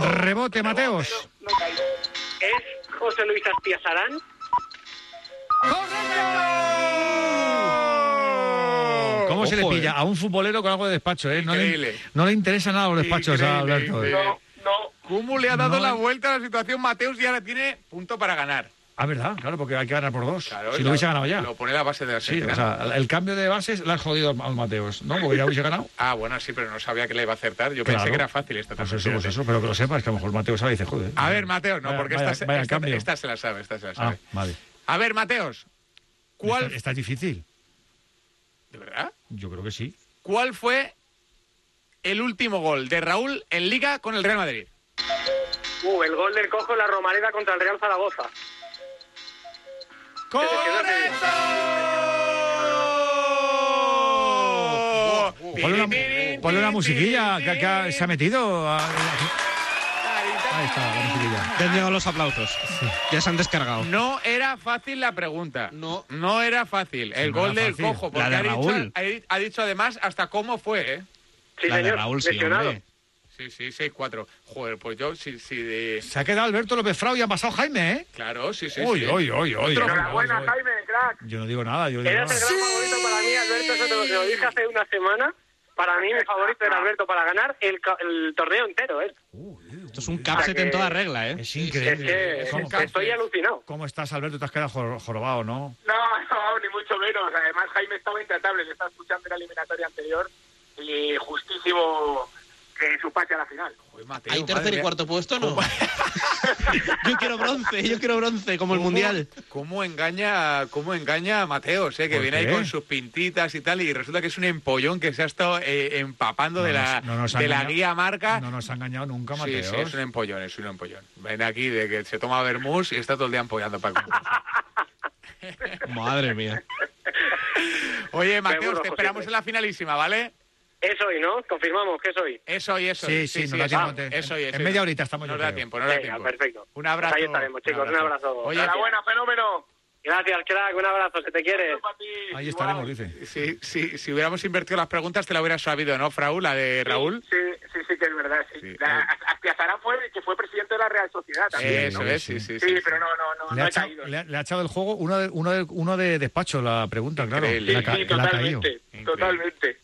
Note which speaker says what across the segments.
Speaker 1: Rebote, Mateos.
Speaker 2: No, no caigo. ¿Es José Luis Aspiazarán?
Speaker 1: ¡Correcto! ¿Cómo se le
Speaker 3: Ojo,
Speaker 1: pilla?
Speaker 3: eh.
Speaker 1: A un futbolero con algo de despacho, ¿eh? No le,
Speaker 3: Increíble.
Speaker 1: no le interesa nada los despachos a
Speaker 3: Increíble,
Speaker 1: Alberto. eh.
Speaker 3: increíble.
Speaker 2: No, no.
Speaker 3: ¿Cómo le ha dado
Speaker 1: No.
Speaker 3: la vuelta a la situación Mateus y ahora tiene punto para ganar?
Speaker 1: Ah, verdad, claro, porque hay que ganar por dos.
Speaker 3: Claro,
Speaker 1: si
Speaker 3: y
Speaker 1: lo
Speaker 3: la-
Speaker 1: hubiese ganado ya.
Speaker 3: Lo pone la base de la
Speaker 1: Sí,
Speaker 3: Argentina.
Speaker 1: o sea, el cambio de bases la has jodido al Mateos, ¿no? Porque ya hubiese ganado.
Speaker 3: Ah, bueno, sí, pero no sabía que le iba a acertar. Yo
Speaker 1: Claro.
Speaker 3: pensé que era fácil esta
Speaker 1: Pues
Speaker 3: tarde.
Speaker 1: eso, pues eso, pero que lo sepas, que a lo mejor Mateos ahora dice, joder. eh,
Speaker 3: A ver, Mateos, no,
Speaker 1: Vaya-
Speaker 3: porque
Speaker 1: vaya-
Speaker 3: esta, se-
Speaker 1: vaya
Speaker 3: esta-
Speaker 1: cambio.
Speaker 3: esta se la sabe, esta se la
Speaker 1: Ah,
Speaker 3: sabe.
Speaker 1: vale.
Speaker 3: A ver, Mateos, ¿cuál,
Speaker 1: Está, está difícil.
Speaker 3: ¿de verdad?
Speaker 1: Yo creo que sí.
Speaker 3: ¿Cuál fue el último gol de Raúl en Liga con el Real Madrid?
Speaker 2: Uh, el gol del cojo en la Romareda contra el Real Zaragoza.
Speaker 3: ¡Correcto!
Speaker 1: Ponle una, ponle una musiquilla que, que ha- se ha metido. a- Ahí está, la musiquilla.
Speaker 4: Te han llegado los aplausos. Ya se han descargado.
Speaker 3: No era fácil la pregunta.
Speaker 4: No.
Speaker 3: No era fácil. El
Speaker 1: Sí, no
Speaker 3: gol
Speaker 1: era
Speaker 3: del
Speaker 1: fácil.
Speaker 3: cojo. Porque
Speaker 4: La de
Speaker 3: ha, dicho,
Speaker 4: Raúl.
Speaker 3: ha- ha dicho además hasta cómo fue, ¿eh?
Speaker 2: Sí,
Speaker 4: la de
Speaker 2: señor,
Speaker 4: Raúl, sí,
Speaker 2: lesionado.
Speaker 4: hombre.
Speaker 3: Sí, sí, 6-4. Joder, pues yo sí, sí, de...
Speaker 1: Se ha quedado Alberto López Frau y ha pasado Jaime, ¿eh?
Speaker 3: Claro, sí, sí.
Speaker 1: Uy,
Speaker 3: sí.
Speaker 1: uy, uy, uy.
Speaker 2: Enhorabuena,
Speaker 1: uy, uy.
Speaker 2: Jaime, crack.
Speaker 1: Yo no digo nada, yo no digo
Speaker 2: Eras el
Speaker 1: nada.
Speaker 2: gran favorito para mí, Alberto, eso te lo, te lo dije hace una semana. Para mí, mi favorito era Alberto para ganar el, ca- el torneo entero, ¿eh?
Speaker 4: Esto es un capset
Speaker 2: que-
Speaker 4: en toda regla, ¿eh?
Speaker 1: Es
Speaker 2: Es que
Speaker 1: increíble. ¿Cómo,
Speaker 2: es- estoy alucinado.
Speaker 1: cómo estás, Alberto? Te has quedado jor- jorobado, ¿no?
Speaker 5: No, no, ni mucho menos. Además, Jaime estaba intratable. Le estaba escuchando en la eliminatoria anterior y justísimo eh, su pase a la final.
Speaker 3: Joder, Mateo,
Speaker 4: ¿Hay
Speaker 3: madre
Speaker 4: tercer y
Speaker 3: mía.
Speaker 4: cuarto puesto no? yo quiero bronce, yo quiero bronce, como el
Speaker 3: ¿Cómo-
Speaker 4: Mundial.
Speaker 3: ¿Cómo engaña, cómo engaña a Mateos, eh, que
Speaker 1: ¿Por
Speaker 3: viene
Speaker 1: qué?
Speaker 3: ahí con sus pintitas y tal, y resulta que es un empollón que se ha estado eh, empapando
Speaker 1: No
Speaker 3: de,
Speaker 1: nos-
Speaker 3: la,
Speaker 1: no nos ha
Speaker 3: de la
Speaker 1: engañado.
Speaker 3: guía marca?
Speaker 1: No nos ha engañado nunca,
Speaker 3: sí,
Speaker 1: Mateos.
Speaker 3: sí, es un empollón, es un empollón. Ven aquí de que se toma vermouth y está todo el día empollando para
Speaker 4: Madre mía.
Speaker 3: Oye, Mateos,
Speaker 2: Seguro,
Speaker 3: te esperamos
Speaker 2: José.
Speaker 3: en la finalísima, ¿vale?
Speaker 2: Es hoy, ¿no? Confirmamos que es hoy.
Speaker 3: Eso y eso.
Speaker 1: Sí, sí, nos da
Speaker 3: eso,
Speaker 1: tiempo, te-
Speaker 3: eso y
Speaker 1: en
Speaker 3: eso.
Speaker 1: media horita estamos,
Speaker 3: Nos
Speaker 1: yo
Speaker 3: da
Speaker 1: creo.
Speaker 3: tiempo, nos da
Speaker 2: Venga,
Speaker 3: tiempo.
Speaker 2: perfecto.
Speaker 3: Un abrazo.
Speaker 2: Ahí estaremos, chicos. Un abrazo.
Speaker 3: Oye,
Speaker 5: Enhorabuena, fenómeno.
Speaker 2: Gracias, crack. Un abrazo. Se te quiere.
Speaker 5: Para ti, igual.
Speaker 1: Ahí estaremos, dice.
Speaker 3: si, si, si hubiéramos invertido las preguntas, te la hubieras sabido, ¿no, Frau? La de Raúl.
Speaker 5: Sí, sí, sí, que es verdad. Sí.
Speaker 3: Sí,
Speaker 5: La-
Speaker 3: eh.
Speaker 5: Aspiazarán fue el que fue presidente de la Real Sociedad también.
Speaker 3: eso
Speaker 5: ¿no?
Speaker 3: es, sí, sí.
Speaker 5: Sí,
Speaker 3: sí.
Speaker 5: pero no, no, no,
Speaker 1: Le
Speaker 5: no
Speaker 1: ha,
Speaker 5: ha
Speaker 1: echado,
Speaker 5: caído.
Speaker 1: le ha- le ha echado del juego uno de, uno de, uno de despacho la pregunta, claro.
Speaker 3: Increíble.
Speaker 1: Le ha ca-
Speaker 5: Sí,
Speaker 1: le ha caído.
Speaker 5: totalmente,
Speaker 3: Increíble.
Speaker 5: totalmente.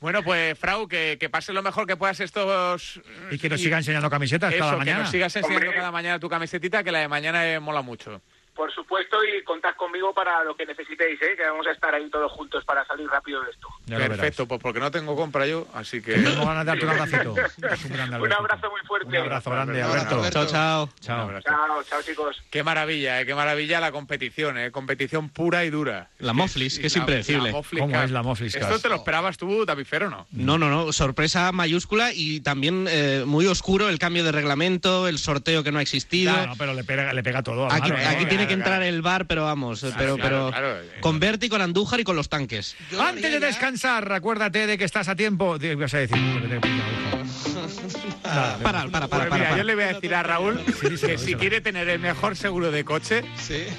Speaker 3: Bueno, pues, Frau, que, que pases lo mejor que puedas estos.
Speaker 1: Y que nos siga enseñando camisetas
Speaker 3: Eso,
Speaker 1: cada
Speaker 3: que
Speaker 1: mañana.
Speaker 3: nos sigas enseñando
Speaker 5: Hombre.
Speaker 3: cada mañana tu camisetita, que la de mañana eh, mola mucho.
Speaker 5: Por supuesto, y contad conmigo para lo que necesitéis, ¿eh? que vamos a estar ahí todos juntos para salir rápido de esto.
Speaker 1: Ya lo verás.
Speaker 3: Perfecto, pues porque no tengo compra yo, así que.
Speaker 1: Tengo ganas de darte un abracito. Es un, grande
Speaker 5: Un
Speaker 1: Alberto.
Speaker 5: abrazo muy fuerte.
Speaker 1: Un abrazo grande,
Speaker 3: Un abrazo,
Speaker 1: Alberto.
Speaker 4: Chao, chao.
Speaker 3: Un
Speaker 1: Chao.
Speaker 3: abrazo.
Speaker 5: Chao, chao chicos.
Speaker 3: Qué maravilla, eh, qué maravilla la competición, eh, competición pura y dura.
Speaker 4: La Moflis, que es
Speaker 3: la-
Speaker 4: impredecible.
Speaker 3: la Moflis
Speaker 1: ¿Cómo
Speaker 3: Cup.
Speaker 1: es la Moflis
Speaker 3: ¿Esto
Speaker 1: Cup?
Speaker 3: te lo esperabas tú, Tapicero, no?
Speaker 4: No, no, no. Sorpresa mayúscula y también eh, muy oscuro el cambio de reglamento, el sorteo que no ha existido.
Speaker 1: No, no, pero le pega, le pega todo.
Speaker 4: Aquí,
Speaker 1: Alberto,
Speaker 4: aquí
Speaker 1: ¿eh?
Speaker 4: tiene que
Speaker 3: claro,
Speaker 4: entrar
Speaker 3: claro.
Speaker 4: el bar, pero vamos,
Speaker 3: Claro,
Speaker 4: pero,
Speaker 3: claro,
Speaker 4: pero
Speaker 3: claro, eh.
Speaker 4: con Berti, con Andújar y con los tanques.
Speaker 1: Antes de descansar, recuérdate de que estás a tiempo. Di- Vas a decir, "Uy, que tengo que pintar, hijo".
Speaker 4: Para, para, para, para.
Speaker 3: Pues mira,
Speaker 4: para.
Speaker 3: yo le voy a decir a Raúl
Speaker 1: díselo,
Speaker 3: que si
Speaker 1: díselo.
Speaker 3: quiere tener el mejor seguro de coche,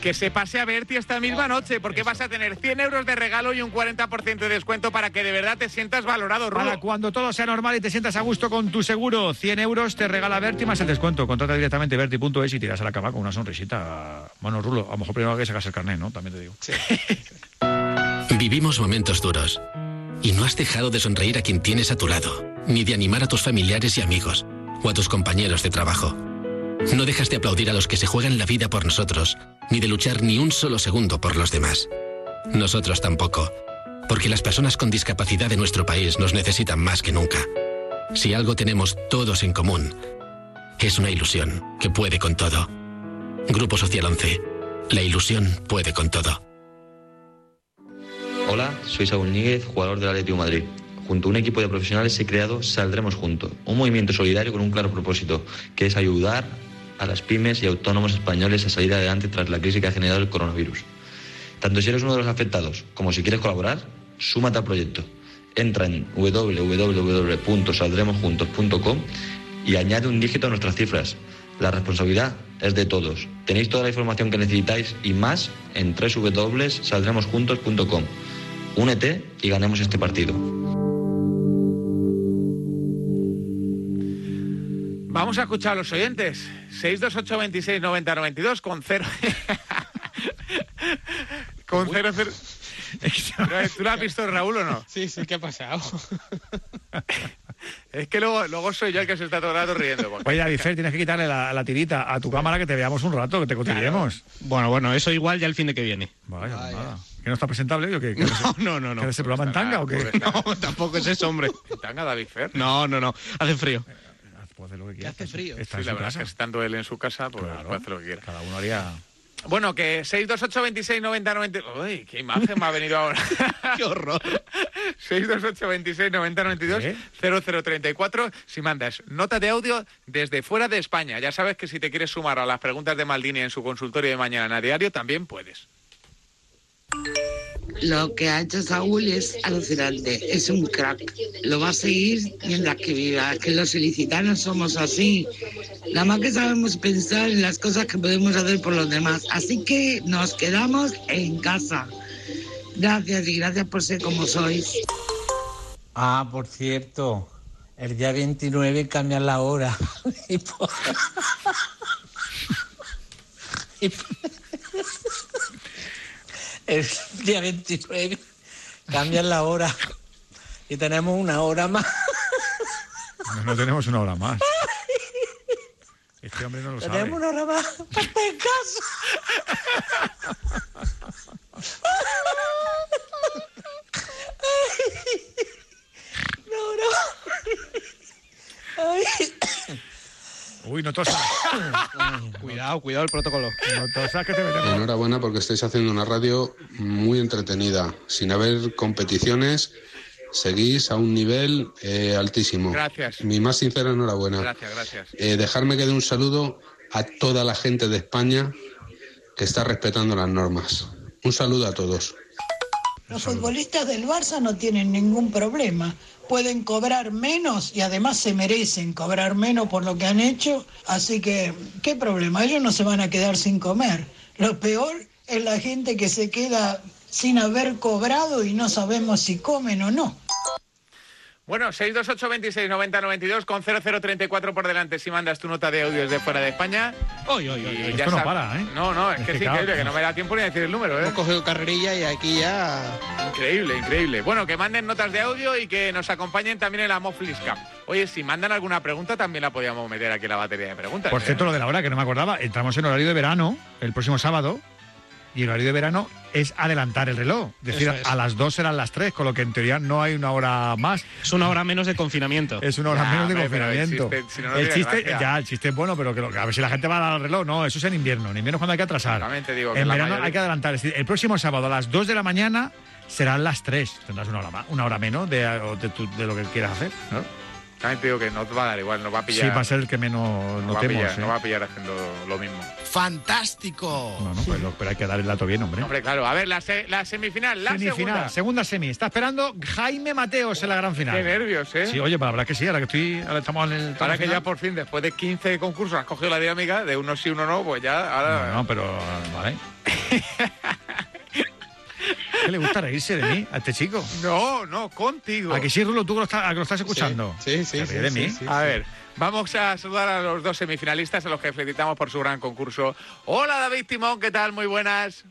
Speaker 3: que se pase a Berti esta misma noche, porque vas a tener 100 euros de regalo y un 40% de descuento para que de verdad te sientas valorado, Rulo.
Speaker 1: Para cuando todo sea normal y te sientas a gusto con tu seguro, 100 euros te regala Berti más el descuento. Contrata directamente verti.es y tiras a la cama con una sonrisita. Bueno, Rulo, a lo mejor primero hay que sacas el carnet, ¿no? También te digo.
Speaker 6: Vivimos momentos duros. Y no has dejado de sonreír a quien tienes a tu lado, ni de animar a tus familiares y amigos, o a tus compañeros de trabajo. No dejas de aplaudir a los que se juegan la vida por nosotros, ni de luchar ni un solo segundo por los demás. Nosotros tampoco, porque las personas con discapacidad de nuestro país nos necesitan más que nunca. Si algo tenemos todos en común, es una ilusión que puede con todo. Grupo Social 11. La ilusión puede con todo.
Speaker 7: Hola, soy Saúl Níguez, jugador del Atlético de Madrid. Junto a un equipo de profesionales he creado Saldremos Juntos, un movimiento solidario con un claro propósito, que es ayudar a las pymes y autónomos españoles a salir adelante tras la crisis que ha generado el coronavirus. Tanto si eres uno de los afectados como si quieres colaborar, súmate al proyecto. Entra en www.saldremosjuntos.com y añade un dígito a nuestras cifras. La responsabilidad es de todos. Tenéis toda la información que necesitáis y más en www.saldremosjuntos.com.
Speaker 5: Únete y ganemos este partido.
Speaker 3: Vamos a escuchar a los oyentes. 628 26 90 92 con cero. con cero, cero. ¿Tú lo has visto, Raúl, o no?
Speaker 8: Sí, sí, ¿qué ha pasado?
Speaker 3: Es que luego, luego soy yo el que se está todo el rato riendo. porque-
Speaker 1: Oye, David Fer, tienes que quitarle la, la tirita a tu cámara que te veamos un rato, que te cotillemos.
Speaker 4: Bueno, bueno, eso igual ya el fin de que viene.
Speaker 1: Vaya, mamada. ¿Que no está presentable? hoy o qué? ¿Que eres-
Speaker 4: No, no, no.
Speaker 1: que eres el programa en tanga o qué?
Speaker 4: No, tampoco es eso, hombre.
Speaker 3: Tanga David Fer.
Speaker 4: No, no, no. Hace frío.
Speaker 1: Puede hacer pues, lo que quiera.
Speaker 8: hace frío.
Speaker 1: Está
Speaker 3: Sí,
Speaker 1: en
Speaker 3: la
Speaker 1: su
Speaker 3: verdad es
Speaker 1: casa.
Speaker 3: que estando él en su casa, pues
Speaker 1: Claro.
Speaker 3: puede hacer lo que quiera.
Speaker 1: Cada uno haría...
Speaker 3: Bueno, que 628 26 90 90 Uy, qué imagen me ha venido ahora.
Speaker 4: Qué horror.
Speaker 3: 628 26 90 92
Speaker 1: ¿Eh?
Speaker 3: 0034 si mandas nota de audio desde fuera de España. Ya sabes que si te quieres sumar a las preguntas de Maldini en su consultorio de mañana a diario, también puedes.
Speaker 9: Lo que ha hecho Saúl es alucinante, es un crack. Lo va a seguir mientras que viva, que los ilicitanos somos así. Nada más que sabemos pensar en las cosas que podemos hacer por los demás. Así que nos quedamos en casa. Gracias y gracias por ser como sois.
Speaker 10: Ah, por cierto, el día 29 cambian la hora. Y por- Y por- el día 29 cambian la hora. Y tenemos una hora más.
Speaker 1: No, no tenemos una hora más. Este hombre no lo sabe.
Speaker 10: Tenemos una hora más para estar en casa.
Speaker 1: Uy, no tosas.
Speaker 4: Cuidado, cuidado el protocolo.
Speaker 1: No tosas que te metemos.
Speaker 11: Enhorabuena porque estáis haciendo una radio muy entretenida. Sin haber competiciones, seguís a un nivel eh, altísimo.
Speaker 3: Gracias.
Speaker 11: Mi más sincera enhorabuena.
Speaker 3: Gracias, gracias.
Speaker 11: Eh, dejarme que dé un saludo a toda la gente de España que está respetando las normas. Un saludo a todos.
Speaker 9: Los futbolistas del Barça no tienen ningún problema. Pueden cobrar menos y además se merecen cobrar menos por lo que han hecho. Así que, ¿qué problema? Ellos no se van a quedar sin comer. Lo peor es la gente que se queda sin haber cobrado y no sabemos si comen o no.
Speaker 3: Bueno, 628 26 90 92 con 0034 por delante si mandas tu nota de audio desde fuera de España.
Speaker 4: Hoy, hoy, hoy.
Speaker 3: Y
Speaker 1: Esto
Speaker 3: ya
Speaker 1: no
Speaker 3: sab-
Speaker 1: para, ¿eh?
Speaker 3: No, no, es,
Speaker 1: Es
Speaker 3: que
Speaker 1: que
Speaker 3: es
Speaker 1: cada-
Speaker 3: increíble, que no me da tiempo ni a decir el número, ¿eh?
Speaker 8: Hemos cogido carrerilla y aquí ya...
Speaker 3: Increíble, increíble. Bueno, que manden notas de audio y que nos acompañen también en la Moflis Cup. Oye, si mandan alguna pregunta, también la podíamos meter aquí en la batería de preguntas.
Speaker 1: Por
Speaker 3: ¿eh?
Speaker 1: cierto, lo de la hora, que no me acordaba. Entramos en horario de verano el próximo sábado. Y el horario de verano es adelantar el reloj. Es decir,
Speaker 8: Eso es.
Speaker 1: a las 2 serán las 3, con lo que en teoría no hay una hora más.
Speaker 4: Es una hora menos de confinamiento.
Speaker 1: Es una hora
Speaker 3: Ya,
Speaker 1: menos de
Speaker 3: hombre, pero
Speaker 1: confinamiento.
Speaker 3: el chiste, si no, no
Speaker 1: el
Speaker 3: tiene
Speaker 1: chiste,
Speaker 3: gracia.
Speaker 1: ya, el chiste es bueno, pero que lo- a ver si la gente va a dar al reloj. No, eso es en invierno. En invierno es cuando hay que atrasar.
Speaker 3: Exactamente, digo que
Speaker 1: en
Speaker 3: la
Speaker 1: verano
Speaker 3: mayoría-
Speaker 1: hay que adelantar. Es decir, el próximo sábado a las 2 de la mañana serán las 3. Tendrás una hora, más, una hora menos de, o de tu- de lo que quieras hacer. ¿no?
Speaker 3: También te digo que no te va a dar igual, nos va a
Speaker 1: Sí,
Speaker 3: pillar.
Speaker 1: va a ser el que menos
Speaker 3: nos va a
Speaker 1: notemos.
Speaker 3: pillar,
Speaker 1: ¿eh?
Speaker 3: nos va a pillar haciendo lo mismo.
Speaker 1: No, no, pues lo- pero hay que dar el dato bien, hombre.
Speaker 3: Hombre, claro, a ver, la, se- la semifinal, la
Speaker 1: Semifinal, segunda.
Speaker 3: segunda.
Speaker 1: semi. Está esperando Jaime Mateos en la gran final.
Speaker 3: Qué nervios, ¿eh?
Speaker 1: Sí, oye, para hablar que sí, ahora que estoy, ahora estamos en el.
Speaker 3: Ahora
Speaker 1: tramo
Speaker 3: que ya
Speaker 1: final.
Speaker 3: por fin, después de 15 concursos, has cogido la dinámica de uno sí, uno no, pues ya ahora...
Speaker 1: No, no, pero vale. ¿Qué le gusta reírse de mí a este chico?
Speaker 3: No, no, contigo.
Speaker 1: ¿A que sí, Rulo, tú que lo estás, a que lo estás escuchando?
Speaker 8: Sí, sí,
Speaker 1: ¿Te
Speaker 8: sí,
Speaker 1: ríes de
Speaker 8: sí,
Speaker 1: mí?
Speaker 8: sí.
Speaker 3: A ver, vamos a saludar a los dos semifinalistas a los que felicitamos por su gran concurso. Hola David Timón, ¿qué tal? Muy buenas.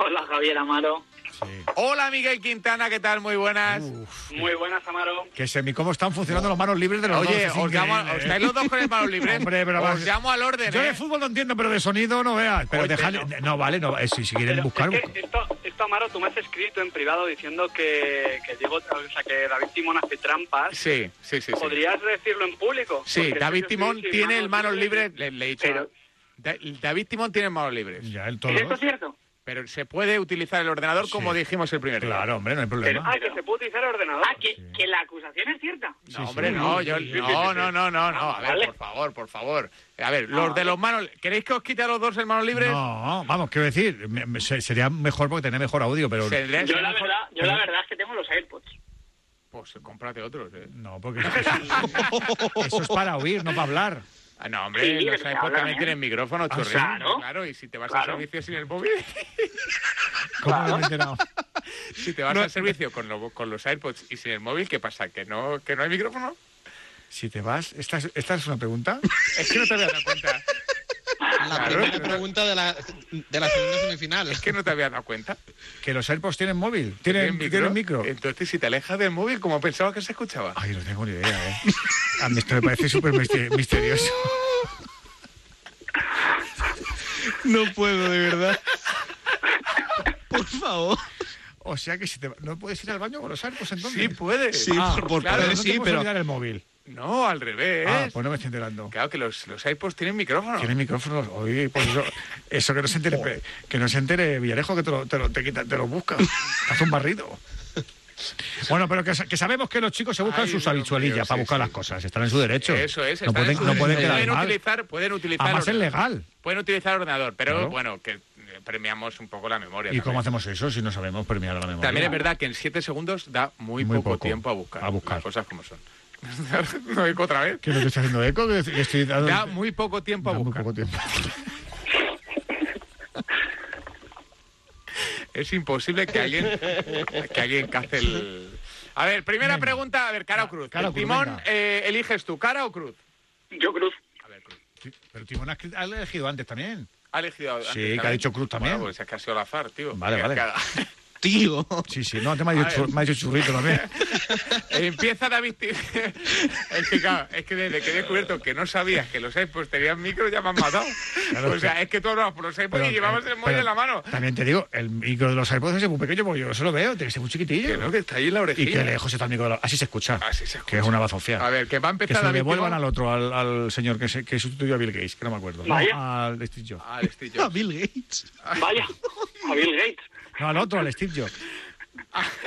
Speaker 9: Hola Javier Amaro.
Speaker 3: Hola Miguel Quintana, ¿qué tal? Muy buenas.
Speaker 12: Muy buenas, Amaro.
Speaker 1: Que semi, ¿cómo están funcionando los manos libres de los dos?
Speaker 3: Oye,
Speaker 1: Es
Speaker 3: os llamo,
Speaker 1: increíble, ¿eh?
Speaker 3: estáis los dos con el mano libre.
Speaker 1: Hombre, pero
Speaker 3: os
Speaker 1: vamos.
Speaker 3: llamo al orden,
Speaker 1: Yo
Speaker 3: ¿eh?
Speaker 1: de fútbol no entiendo, pero de sonido no veas. Pero
Speaker 12: Oye,
Speaker 1: dejadle. No.
Speaker 12: no.
Speaker 1: vale, no. eh, si, si quieren buscar.
Speaker 12: es
Speaker 1: busco.
Speaker 12: que esto, esto, Amaro, tú me has escrito en privado diciendo que, que Diego, o sea, que David Timón hace trampas.
Speaker 3: Sí, sí, sí. sí.
Speaker 12: ¿Podrías decirlo en público?
Speaker 3: Sí,
Speaker 12: Porque
Speaker 3: David
Speaker 12: yo
Speaker 3: Timón
Speaker 12: estoy sin
Speaker 3: tiene el manos libres.
Speaker 12: libres.
Speaker 3: Le, le he dicho.
Speaker 12: Pero-
Speaker 3: Da- David Timón tiene manos libres.
Speaker 1: Ya, el todo.
Speaker 12: ¿Es esto cierto?
Speaker 3: Pero se puede utilizar el ordenador como
Speaker 1: Sí.
Speaker 3: dijimos el primer día.
Speaker 1: Claro, hombre, no hay
Speaker 12: Pero,
Speaker 1: problema.
Speaker 12: ah, que se puede utilizar el ordenador. Ah, que, la acusación es cierta.
Speaker 3: No, hombre, no, yo,
Speaker 12: sí, sí,
Speaker 3: no,
Speaker 12: sí.
Speaker 3: no, no, no, no, a ver,
Speaker 12: vale.
Speaker 3: por favor, por favor. A ver, los de
Speaker 12: vale.
Speaker 3: los manos, ¿queréis que os quite a los dos hermanos libres?
Speaker 1: No, vamos, quiero decir, me- me- se- sería mejor porque tener mejor audio, pero.
Speaker 3: Se le-
Speaker 12: Yo la verdad, yo la verdad es que tengo los AirPods.
Speaker 3: Pues cómprate otros. eh.
Speaker 1: No, porque eso, eso es para oír, no para hablar.
Speaker 3: Ah, no, hombre, los
Speaker 12: Sí, pero que
Speaker 3: iPods
Speaker 12: hablan,
Speaker 3: también
Speaker 12: ¿eh?
Speaker 3: tienen
Speaker 1: Ah,
Speaker 3: micrófonos, chorrito.
Speaker 12: claro.
Speaker 3: Claro, y si te vas al
Speaker 12: Claro.
Speaker 3: servicio sin el móvil.
Speaker 1: ¿Cómo no me he enterado?
Speaker 3: Si te vas
Speaker 1: No.
Speaker 3: al servicio con, lo- con los AirPods y sin el móvil, ¿qué pasa? ¿Que no, que no hay micrófono?
Speaker 1: Si te vas, ¿esta es, esta es una pregunta?
Speaker 3: Es que no te habías dado cuenta.
Speaker 8: La primera pregunta de la, de la segunda semifinal.
Speaker 3: Es que no te habías dado cuenta.
Speaker 1: ¿Que los AirPods tienen móvil? ¿Tienen,
Speaker 3: micro? Eh.
Speaker 1: tienen micro? Ah,
Speaker 3: Entonces, si te alejas del móvil, como pensaba que se escuchaba.
Speaker 1: Ay, no tengo ni idea, ¿eh? A mí esto me parece súper mister- misterioso.
Speaker 4: No puedo, de verdad.
Speaker 1: Por favor. O sea que si te... ¿No puedes ir al baño con los AirPods entonces?
Speaker 3: Sí, puedes.
Speaker 1: Sí,
Speaker 3: Ah,
Speaker 1: por,
Speaker 3: claro,
Speaker 1: poder
Speaker 3: no te
Speaker 1: sí,
Speaker 3: puedes
Speaker 1: pero...
Speaker 3: olvidar
Speaker 1: el
Speaker 3: el
Speaker 1: móvil.
Speaker 3: No, al revés.
Speaker 1: Ah, pues no me estoy enterando.
Speaker 3: Claro que los, los iPods tienen micrófono.
Speaker 1: Tiene micrófonos. Oye, pues eso, eso que no se entere, que no se entere Villarejo, que te lo, te lo, te quita- te lo busca. Haz un barrido. Bueno, pero que, sa- que sabemos que los chicos se buscan
Speaker 3: Ay,
Speaker 1: sus
Speaker 3: Dios
Speaker 1: habichuelillas
Speaker 3: mío,
Speaker 1: para
Speaker 3: sí,
Speaker 1: buscar
Speaker 3: sí.
Speaker 1: las cosas. Están en su derecho.
Speaker 3: Eso es.
Speaker 1: No
Speaker 3: está
Speaker 1: pueden,
Speaker 3: en su
Speaker 1: no pueden
Speaker 3: derecho.
Speaker 1: quedar
Speaker 3: pueden
Speaker 1: mal.
Speaker 3: utilizar, pueden utilizar.
Speaker 1: Además, es
Speaker 3: ordenador.
Speaker 1: legal.
Speaker 3: Pueden utilizar el ordenador, pero
Speaker 1: Claro.
Speaker 3: bueno, que eh, premiamos un poco la memoria.
Speaker 1: ¿Y
Speaker 3: también.
Speaker 1: cómo hacemos eso si no sabemos premiar la memoria?
Speaker 3: También es verdad que en 7 segundos da muy,
Speaker 1: Muy
Speaker 3: poco,
Speaker 1: poco
Speaker 3: tiempo a buscar.
Speaker 1: a buscar.
Speaker 3: las cosas como son. no digo otra vez.
Speaker 1: Que no te estoy haciendo eco, que que estoy dando...
Speaker 3: Da muy poco tiempo a
Speaker 1: da muy
Speaker 3: buscar.
Speaker 1: poco tiempo.
Speaker 3: Es imposible que alguien que alguien cace el. A ver, primera pregunta, a ver, cara o cruz.
Speaker 1: cara o
Speaker 3: El
Speaker 1: cruz,
Speaker 3: timón,
Speaker 1: venga.
Speaker 3: eh, eliges tú, cara o cruz.
Speaker 12: Yo cruz.
Speaker 1: Pero Timón has ha elegido antes también.
Speaker 3: Ha elegido antes
Speaker 1: Sí, que ha
Speaker 3: también.
Speaker 1: dicho cruz también.
Speaker 3: Bueno, pues es que ha sido al azar, tío.
Speaker 1: Vale,
Speaker 3: Que-
Speaker 1: vale.
Speaker 3: que-
Speaker 1: Tío. Sí, sí, no, te me ha dicho,
Speaker 3: Oh. A ver.
Speaker 1: chur- me ha dicho churrito también.
Speaker 3: Empieza David. Tim- es que claro, es que desde que he descubierto que no sabías que los iPods tenían micro, ya me han matado.
Speaker 1: Claro,
Speaker 3: o sea, es que tú hablabas por los iPods
Speaker 1: Pero,
Speaker 3: y llevabas
Speaker 1: eh,
Speaker 3: el móvil
Speaker 1: pero
Speaker 3: en la mano.
Speaker 1: También te digo, el micro de los iPods es muy pequeño porque yo eso lo veo, tiene que ser muy chiquitillo.
Speaker 3: Que no, que está ahí en la orejilla.
Speaker 1: Y que lejos está el micro de la... Así se escucha. Que es una bazofia.
Speaker 3: A ver, que va a empezar
Speaker 1: que se lo
Speaker 3: David
Speaker 1: devuelvan
Speaker 3: Timón.
Speaker 1: al otro, al, al señor que, se- que sustituyó a Bill Gates, que no me acuerdo. No,
Speaker 3: Vaya.
Speaker 1: al Steve Jobs.
Speaker 3: Al Steve Jobs.
Speaker 1: Bill Gates.
Speaker 3: Vaya,
Speaker 12: a Bill Gates.
Speaker 1: No, al otro, al Steve Jobs.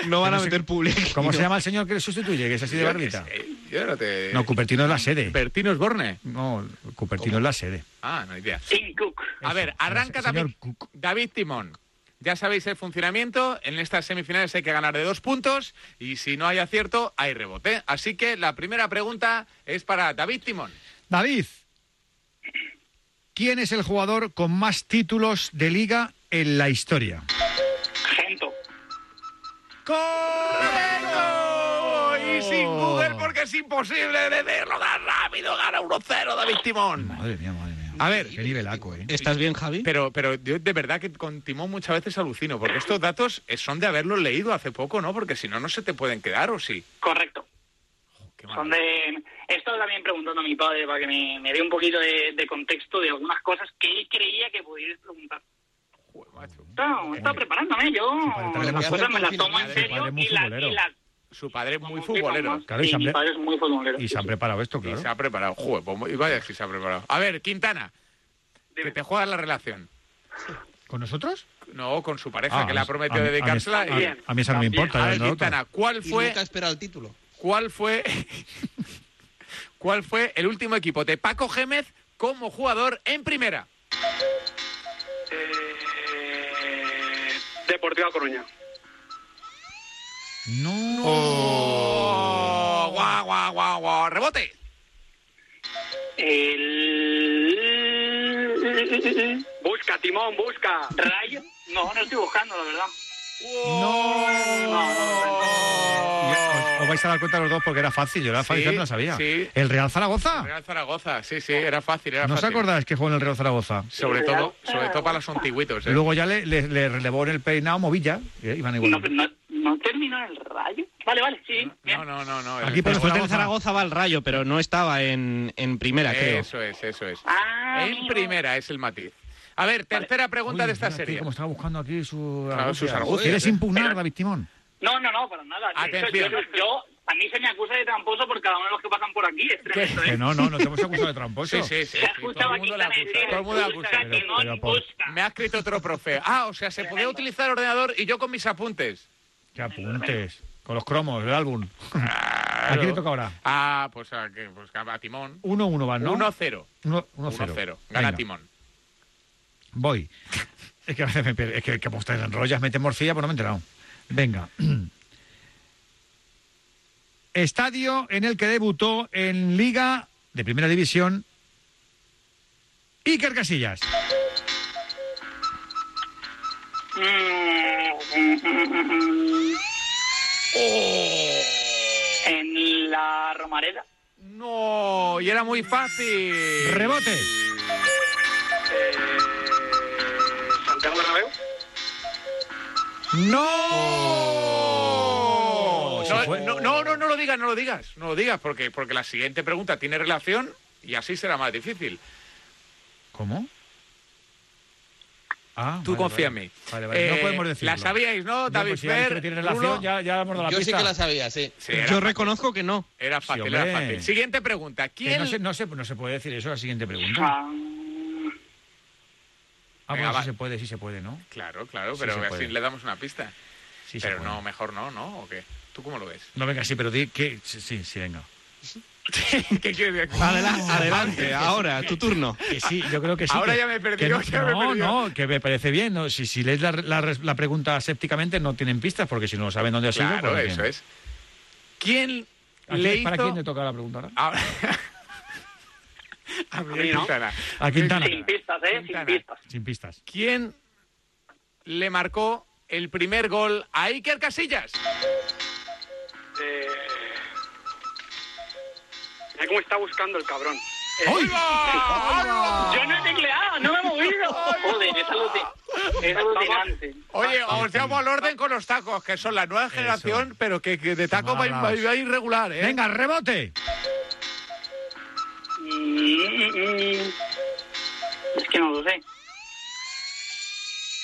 Speaker 4: No van
Speaker 1: Que
Speaker 4: a
Speaker 1: sé-
Speaker 4: meter público.
Speaker 1: ¿Cómo se llama el señor que le sustituye? Que es así de
Speaker 3: Yo qué
Speaker 1: barbita.
Speaker 3: sé, Yo no te.
Speaker 1: No, Cupertino es la sede.
Speaker 3: Bertino Borne.
Speaker 1: No, Cupertino es la sede.
Speaker 3: Ah, no hay idea. A ver, arranca
Speaker 1: señor
Speaker 3: David, David Timón. Ya sabéis el funcionamiento. En estas semifinales hay que ganar de dos puntos y si no hay acierto, hay rebote. Así que la primera pregunta es para David Timón.
Speaker 1: David, ¿quién es el jugador con más títulos de liga en la historia?
Speaker 3: ¡Correcto! Y sin Google porque es imposible de derrotar rápido. Gana 1-0 David Timón.
Speaker 1: Madre mía, madre mía.
Speaker 3: A ver.
Speaker 1: Qué nivelaco, ¿eh?
Speaker 4: ¿Estás bien, Javi?
Speaker 3: Pero, pero yo de verdad que con Timón muchas veces alucino, porque estos datos eh, son de haberlos leído hace poco, ¿no? Porque si no, no se te pueden quedar, ¿o sí?
Speaker 12: Correcto. Son de... Esto también preguntando a mi padre para que me, me dé un poquito de, de contexto de algunas cosas que él creía que pudierais preguntar. No, estaba preparándome yo.
Speaker 3: padre
Speaker 12: Las
Speaker 3: es
Speaker 12: cosas
Speaker 3: muy
Speaker 12: me las tomo en
Speaker 3: futbolero.
Speaker 12: serio
Speaker 3: Su padre
Speaker 12: y
Speaker 3: es muy
Speaker 12: las...
Speaker 3: futbolero.
Speaker 12: y las-
Speaker 3: Su padre es muy futbolero.
Speaker 1: Claro, y
Speaker 12: sí,
Speaker 1: se han
Speaker 12: mi
Speaker 1: pre-
Speaker 12: padre es muy futbolero.
Speaker 1: Y se han preparado esto,
Speaker 3: Y
Speaker 1: claro.
Speaker 3: se ha preparado. Joder, pues muy- vaya si se ha preparado. A ver, Quintana, que te juegas la relación.
Speaker 1: ¿Con nosotros?
Speaker 3: No, con su pareja,
Speaker 1: Ah,
Speaker 3: que le ha prometido
Speaker 1: a mí- a mí-
Speaker 3: dedicársela. y-
Speaker 1: a- a mí esa no me importa,
Speaker 3: A
Speaker 1: ya
Speaker 3: ver,
Speaker 1: no la otra.
Speaker 3: Quintana, ¿cuál
Speaker 8: Y
Speaker 3: fue,
Speaker 8: nunca ha esperado el título.
Speaker 3: cuál fue, cuál fue el último equipo de Paco Gémez como jugador en primera?
Speaker 12: Eh, Deportiva Coruña.
Speaker 1: No.
Speaker 3: Oh, guau, guau, guau, guau. Rebote.
Speaker 12: El... Busca, Timón, busca. Rayo. No, no estoy buscando, la verdad.
Speaker 1: Os vais a dar cuenta los dos porque era fácil. Yo la fácil no la sabía.
Speaker 3: sí.
Speaker 1: ¿El Real Zaragoza?
Speaker 3: Real Zaragoza, sí, sí, era fácil, era
Speaker 1: ¿No os
Speaker 3: fácil.
Speaker 1: acordáis que jugó en el Real Zaragoza?
Speaker 3: Sobre todo, sobre todo para los antiguitos, ¿eh?
Speaker 1: Luego ya le, le- le relevó en el peinado Movilla. eh, Iban igual.
Speaker 12: No, no, no terminó en el rayo. Vale, vale, sí.
Speaker 3: No, no, no, no.
Speaker 4: Aquí por
Speaker 3: el-
Speaker 4: el Zaragoza va al rayo, pero no estaba en, en primera, creo.
Speaker 3: Eso es, eso es. en primera es el matiz. A ver, tercera pregunta de esta serie.
Speaker 1: Como estaba buscando aquí su.
Speaker 3: Claro, sus argucias,
Speaker 1: ¿Quieres
Speaker 3: eh.
Speaker 1: impugnar, David Timón?
Speaker 12: No, no, no, para nada. De hecho,
Speaker 3: Atención.
Speaker 12: yo, yo- a mí se me acusa de tramposo por cada uno de los que pasan por aquí. Es tremendo,
Speaker 1: Que
Speaker 12: ¿eh?
Speaker 1: no, no, no te hemos acusado de tramposo.
Speaker 3: Sí, sí, sí. sí, Todo
Speaker 12: Escuchaba
Speaker 3: el
Speaker 12: aquí
Speaker 3: mundo la acusa. Todo el mundo la acusa.
Speaker 1: Pero- pero por-
Speaker 3: Me ha escrito otro profe. Ah, o sea, se podía utilizar el ordenador y yo con mis apuntes.
Speaker 1: Que apuntes. Con los cromos, el álbum. ¿A quién le toca ahora?
Speaker 3: Ah, pues a, que- pues a Timón.
Speaker 1: 1-1 van, ¿no?
Speaker 3: 1-0.
Speaker 1: 1-0.
Speaker 3: 1-0. Gana
Speaker 1: Venga,
Speaker 3: Timón.
Speaker 1: Voy. Es que a veces me pierde. Es que, que como te enrollas, metes morcilla, pues no me he enterado. Venga. Estadio en el que debutó en Liga de Primera División Iker Casillas.
Speaker 12: Mm, Mm. En la Romareda.
Speaker 3: No, y era muy fácil.
Speaker 1: Rebote.
Speaker 12: eh,
Speaker 2: Santiago Bernabéu.
Speaker 3: ¡No!
Speaker 1: Oh, Se
Speaker 3: No,
Speaker 1: fue.
Speaker 3: no, no, no, no lo digas, no lo digas, no lo digas, porque, porque la siguiente pregunta tiene relación y así será más difícil.
Speaker 1: ¿Cómo? Ah,
Speaker 3: Tú
Speaker 1: vale,
Speaker 3: confía
Speaker 1: vale.
Speaker 3: en mí.
Speaker 1: Vale, vale, no
Speaker 3: Eh,
Speaker 1: podemos decirlo.
Speaker 3: La sabíais, ¿no?
Speaker 1: No,
Speaker 3: David
Speaker 1: pues si alguien
Speaker 3: Fer,
Speaker 1: que tiene
Speaker 3: Rulo.
Speaker 1: relación, ya, ya hemos dado la
Speaker 4: Yo sí
Speaker 1: pista.
Speaker 4: que la sabía, sí.
Speaker 3: Sí, era
Speaker 4: Yo
Speaker 3: fácil.
Speaker 4: reconozco que no.
Speaker 3: Era fácil,
Speaker 1: Sí,
Speaker 3: era
Speaker 1: hombre.
Speaker 3: fácil. Siguiente pregunta.
Speaker 1: Que
Speaker 3: ¿Quién?
Speaker 1: no, se, no, se, no se puede decir eso, la siguiente pregunta.
Speaker 12: Ah,
Speaker 1: Ah,
Speaker 3: Venga,
Speaker 1: bueno,
Speaker 3: va.
Speaker 1: sí se puede, sí se puede, ¿no?
Speaker 3: Claro, claro,
Speaker 1: Sí
Speaker 3: pero
Speaker 1: se
Speaker 3: así
Speaker 1: puede.
Speaker 3: le damos una pista.
Speaker 1: Sí se
Speaker 3: pero
Speaker 1: puede.
Speaker 3: no, mejor no, ¿no? ¿O qué? ¿Tú cómo lo ves?
Speaker 1: No, venga, sí, pero di que... Sí, sí, sí, venga.
Speaker 3: ¿Qué quieres decir?
Speaker 4: Adela- adelante, ahora, tu turno.
Speaker 1: Que sí, yo creo que sí.
Speaker 3: Ahora
Speaker 1: que-
Speaker 3: ya me he perdido,
Speaker 1: que no,
Speaker 3: ya me he
Speaker 1: no,
Speaker 3: perdido.
Speaker 1: no, que me parece bien. ¿no? Si, si lees la, la res- la pregunta sépticamente no tienen pistas, porque si no saben dónde ha sido...
Speaker 3: Claro,
Speaker 1: pues,
Speaker 3: eso
Speaker 1: bien.
Speaker 3: es. ¿Quién
Speaker 1: ¿A
Speaker 3: le
Speaker 1: quién- ¿Para
Speaker 3: hizo-
Speaker 1: quién le toca la pregunta ahora?
Speaker 3: Ahora- A mí,
Speaker 12: A mí no.
Speaker 3: Quintana.
Speaker 1: A Quintana.
Speaker 12: Sin pistas, ¿eh?
Speaker 3: Quintana.
Speaker 12: Sin pistas.
Speaker 1: Sin pistas.
Speaker 3: ¿Quién le marcó el primer gol a Iker Casillas?
Speaker 2: Eh... Mira cómo está buscando el cabrón. Eh,
Speaker 1: ¡Ay!
Speaker 3: ¡Ahí va!
Speaker 12: Yo no he tecleado, no me he movido. Joder, es alucinante. Es alucinante.
Speaker 3: Oye, os llamo al orden con los tacos, que son la nueva generación, pero que, que de taco va, va- va irregular, ¿eh?
Speaker 1: Venga, rebote.
Speaker 12: Mm, mm, Es que no lo sé.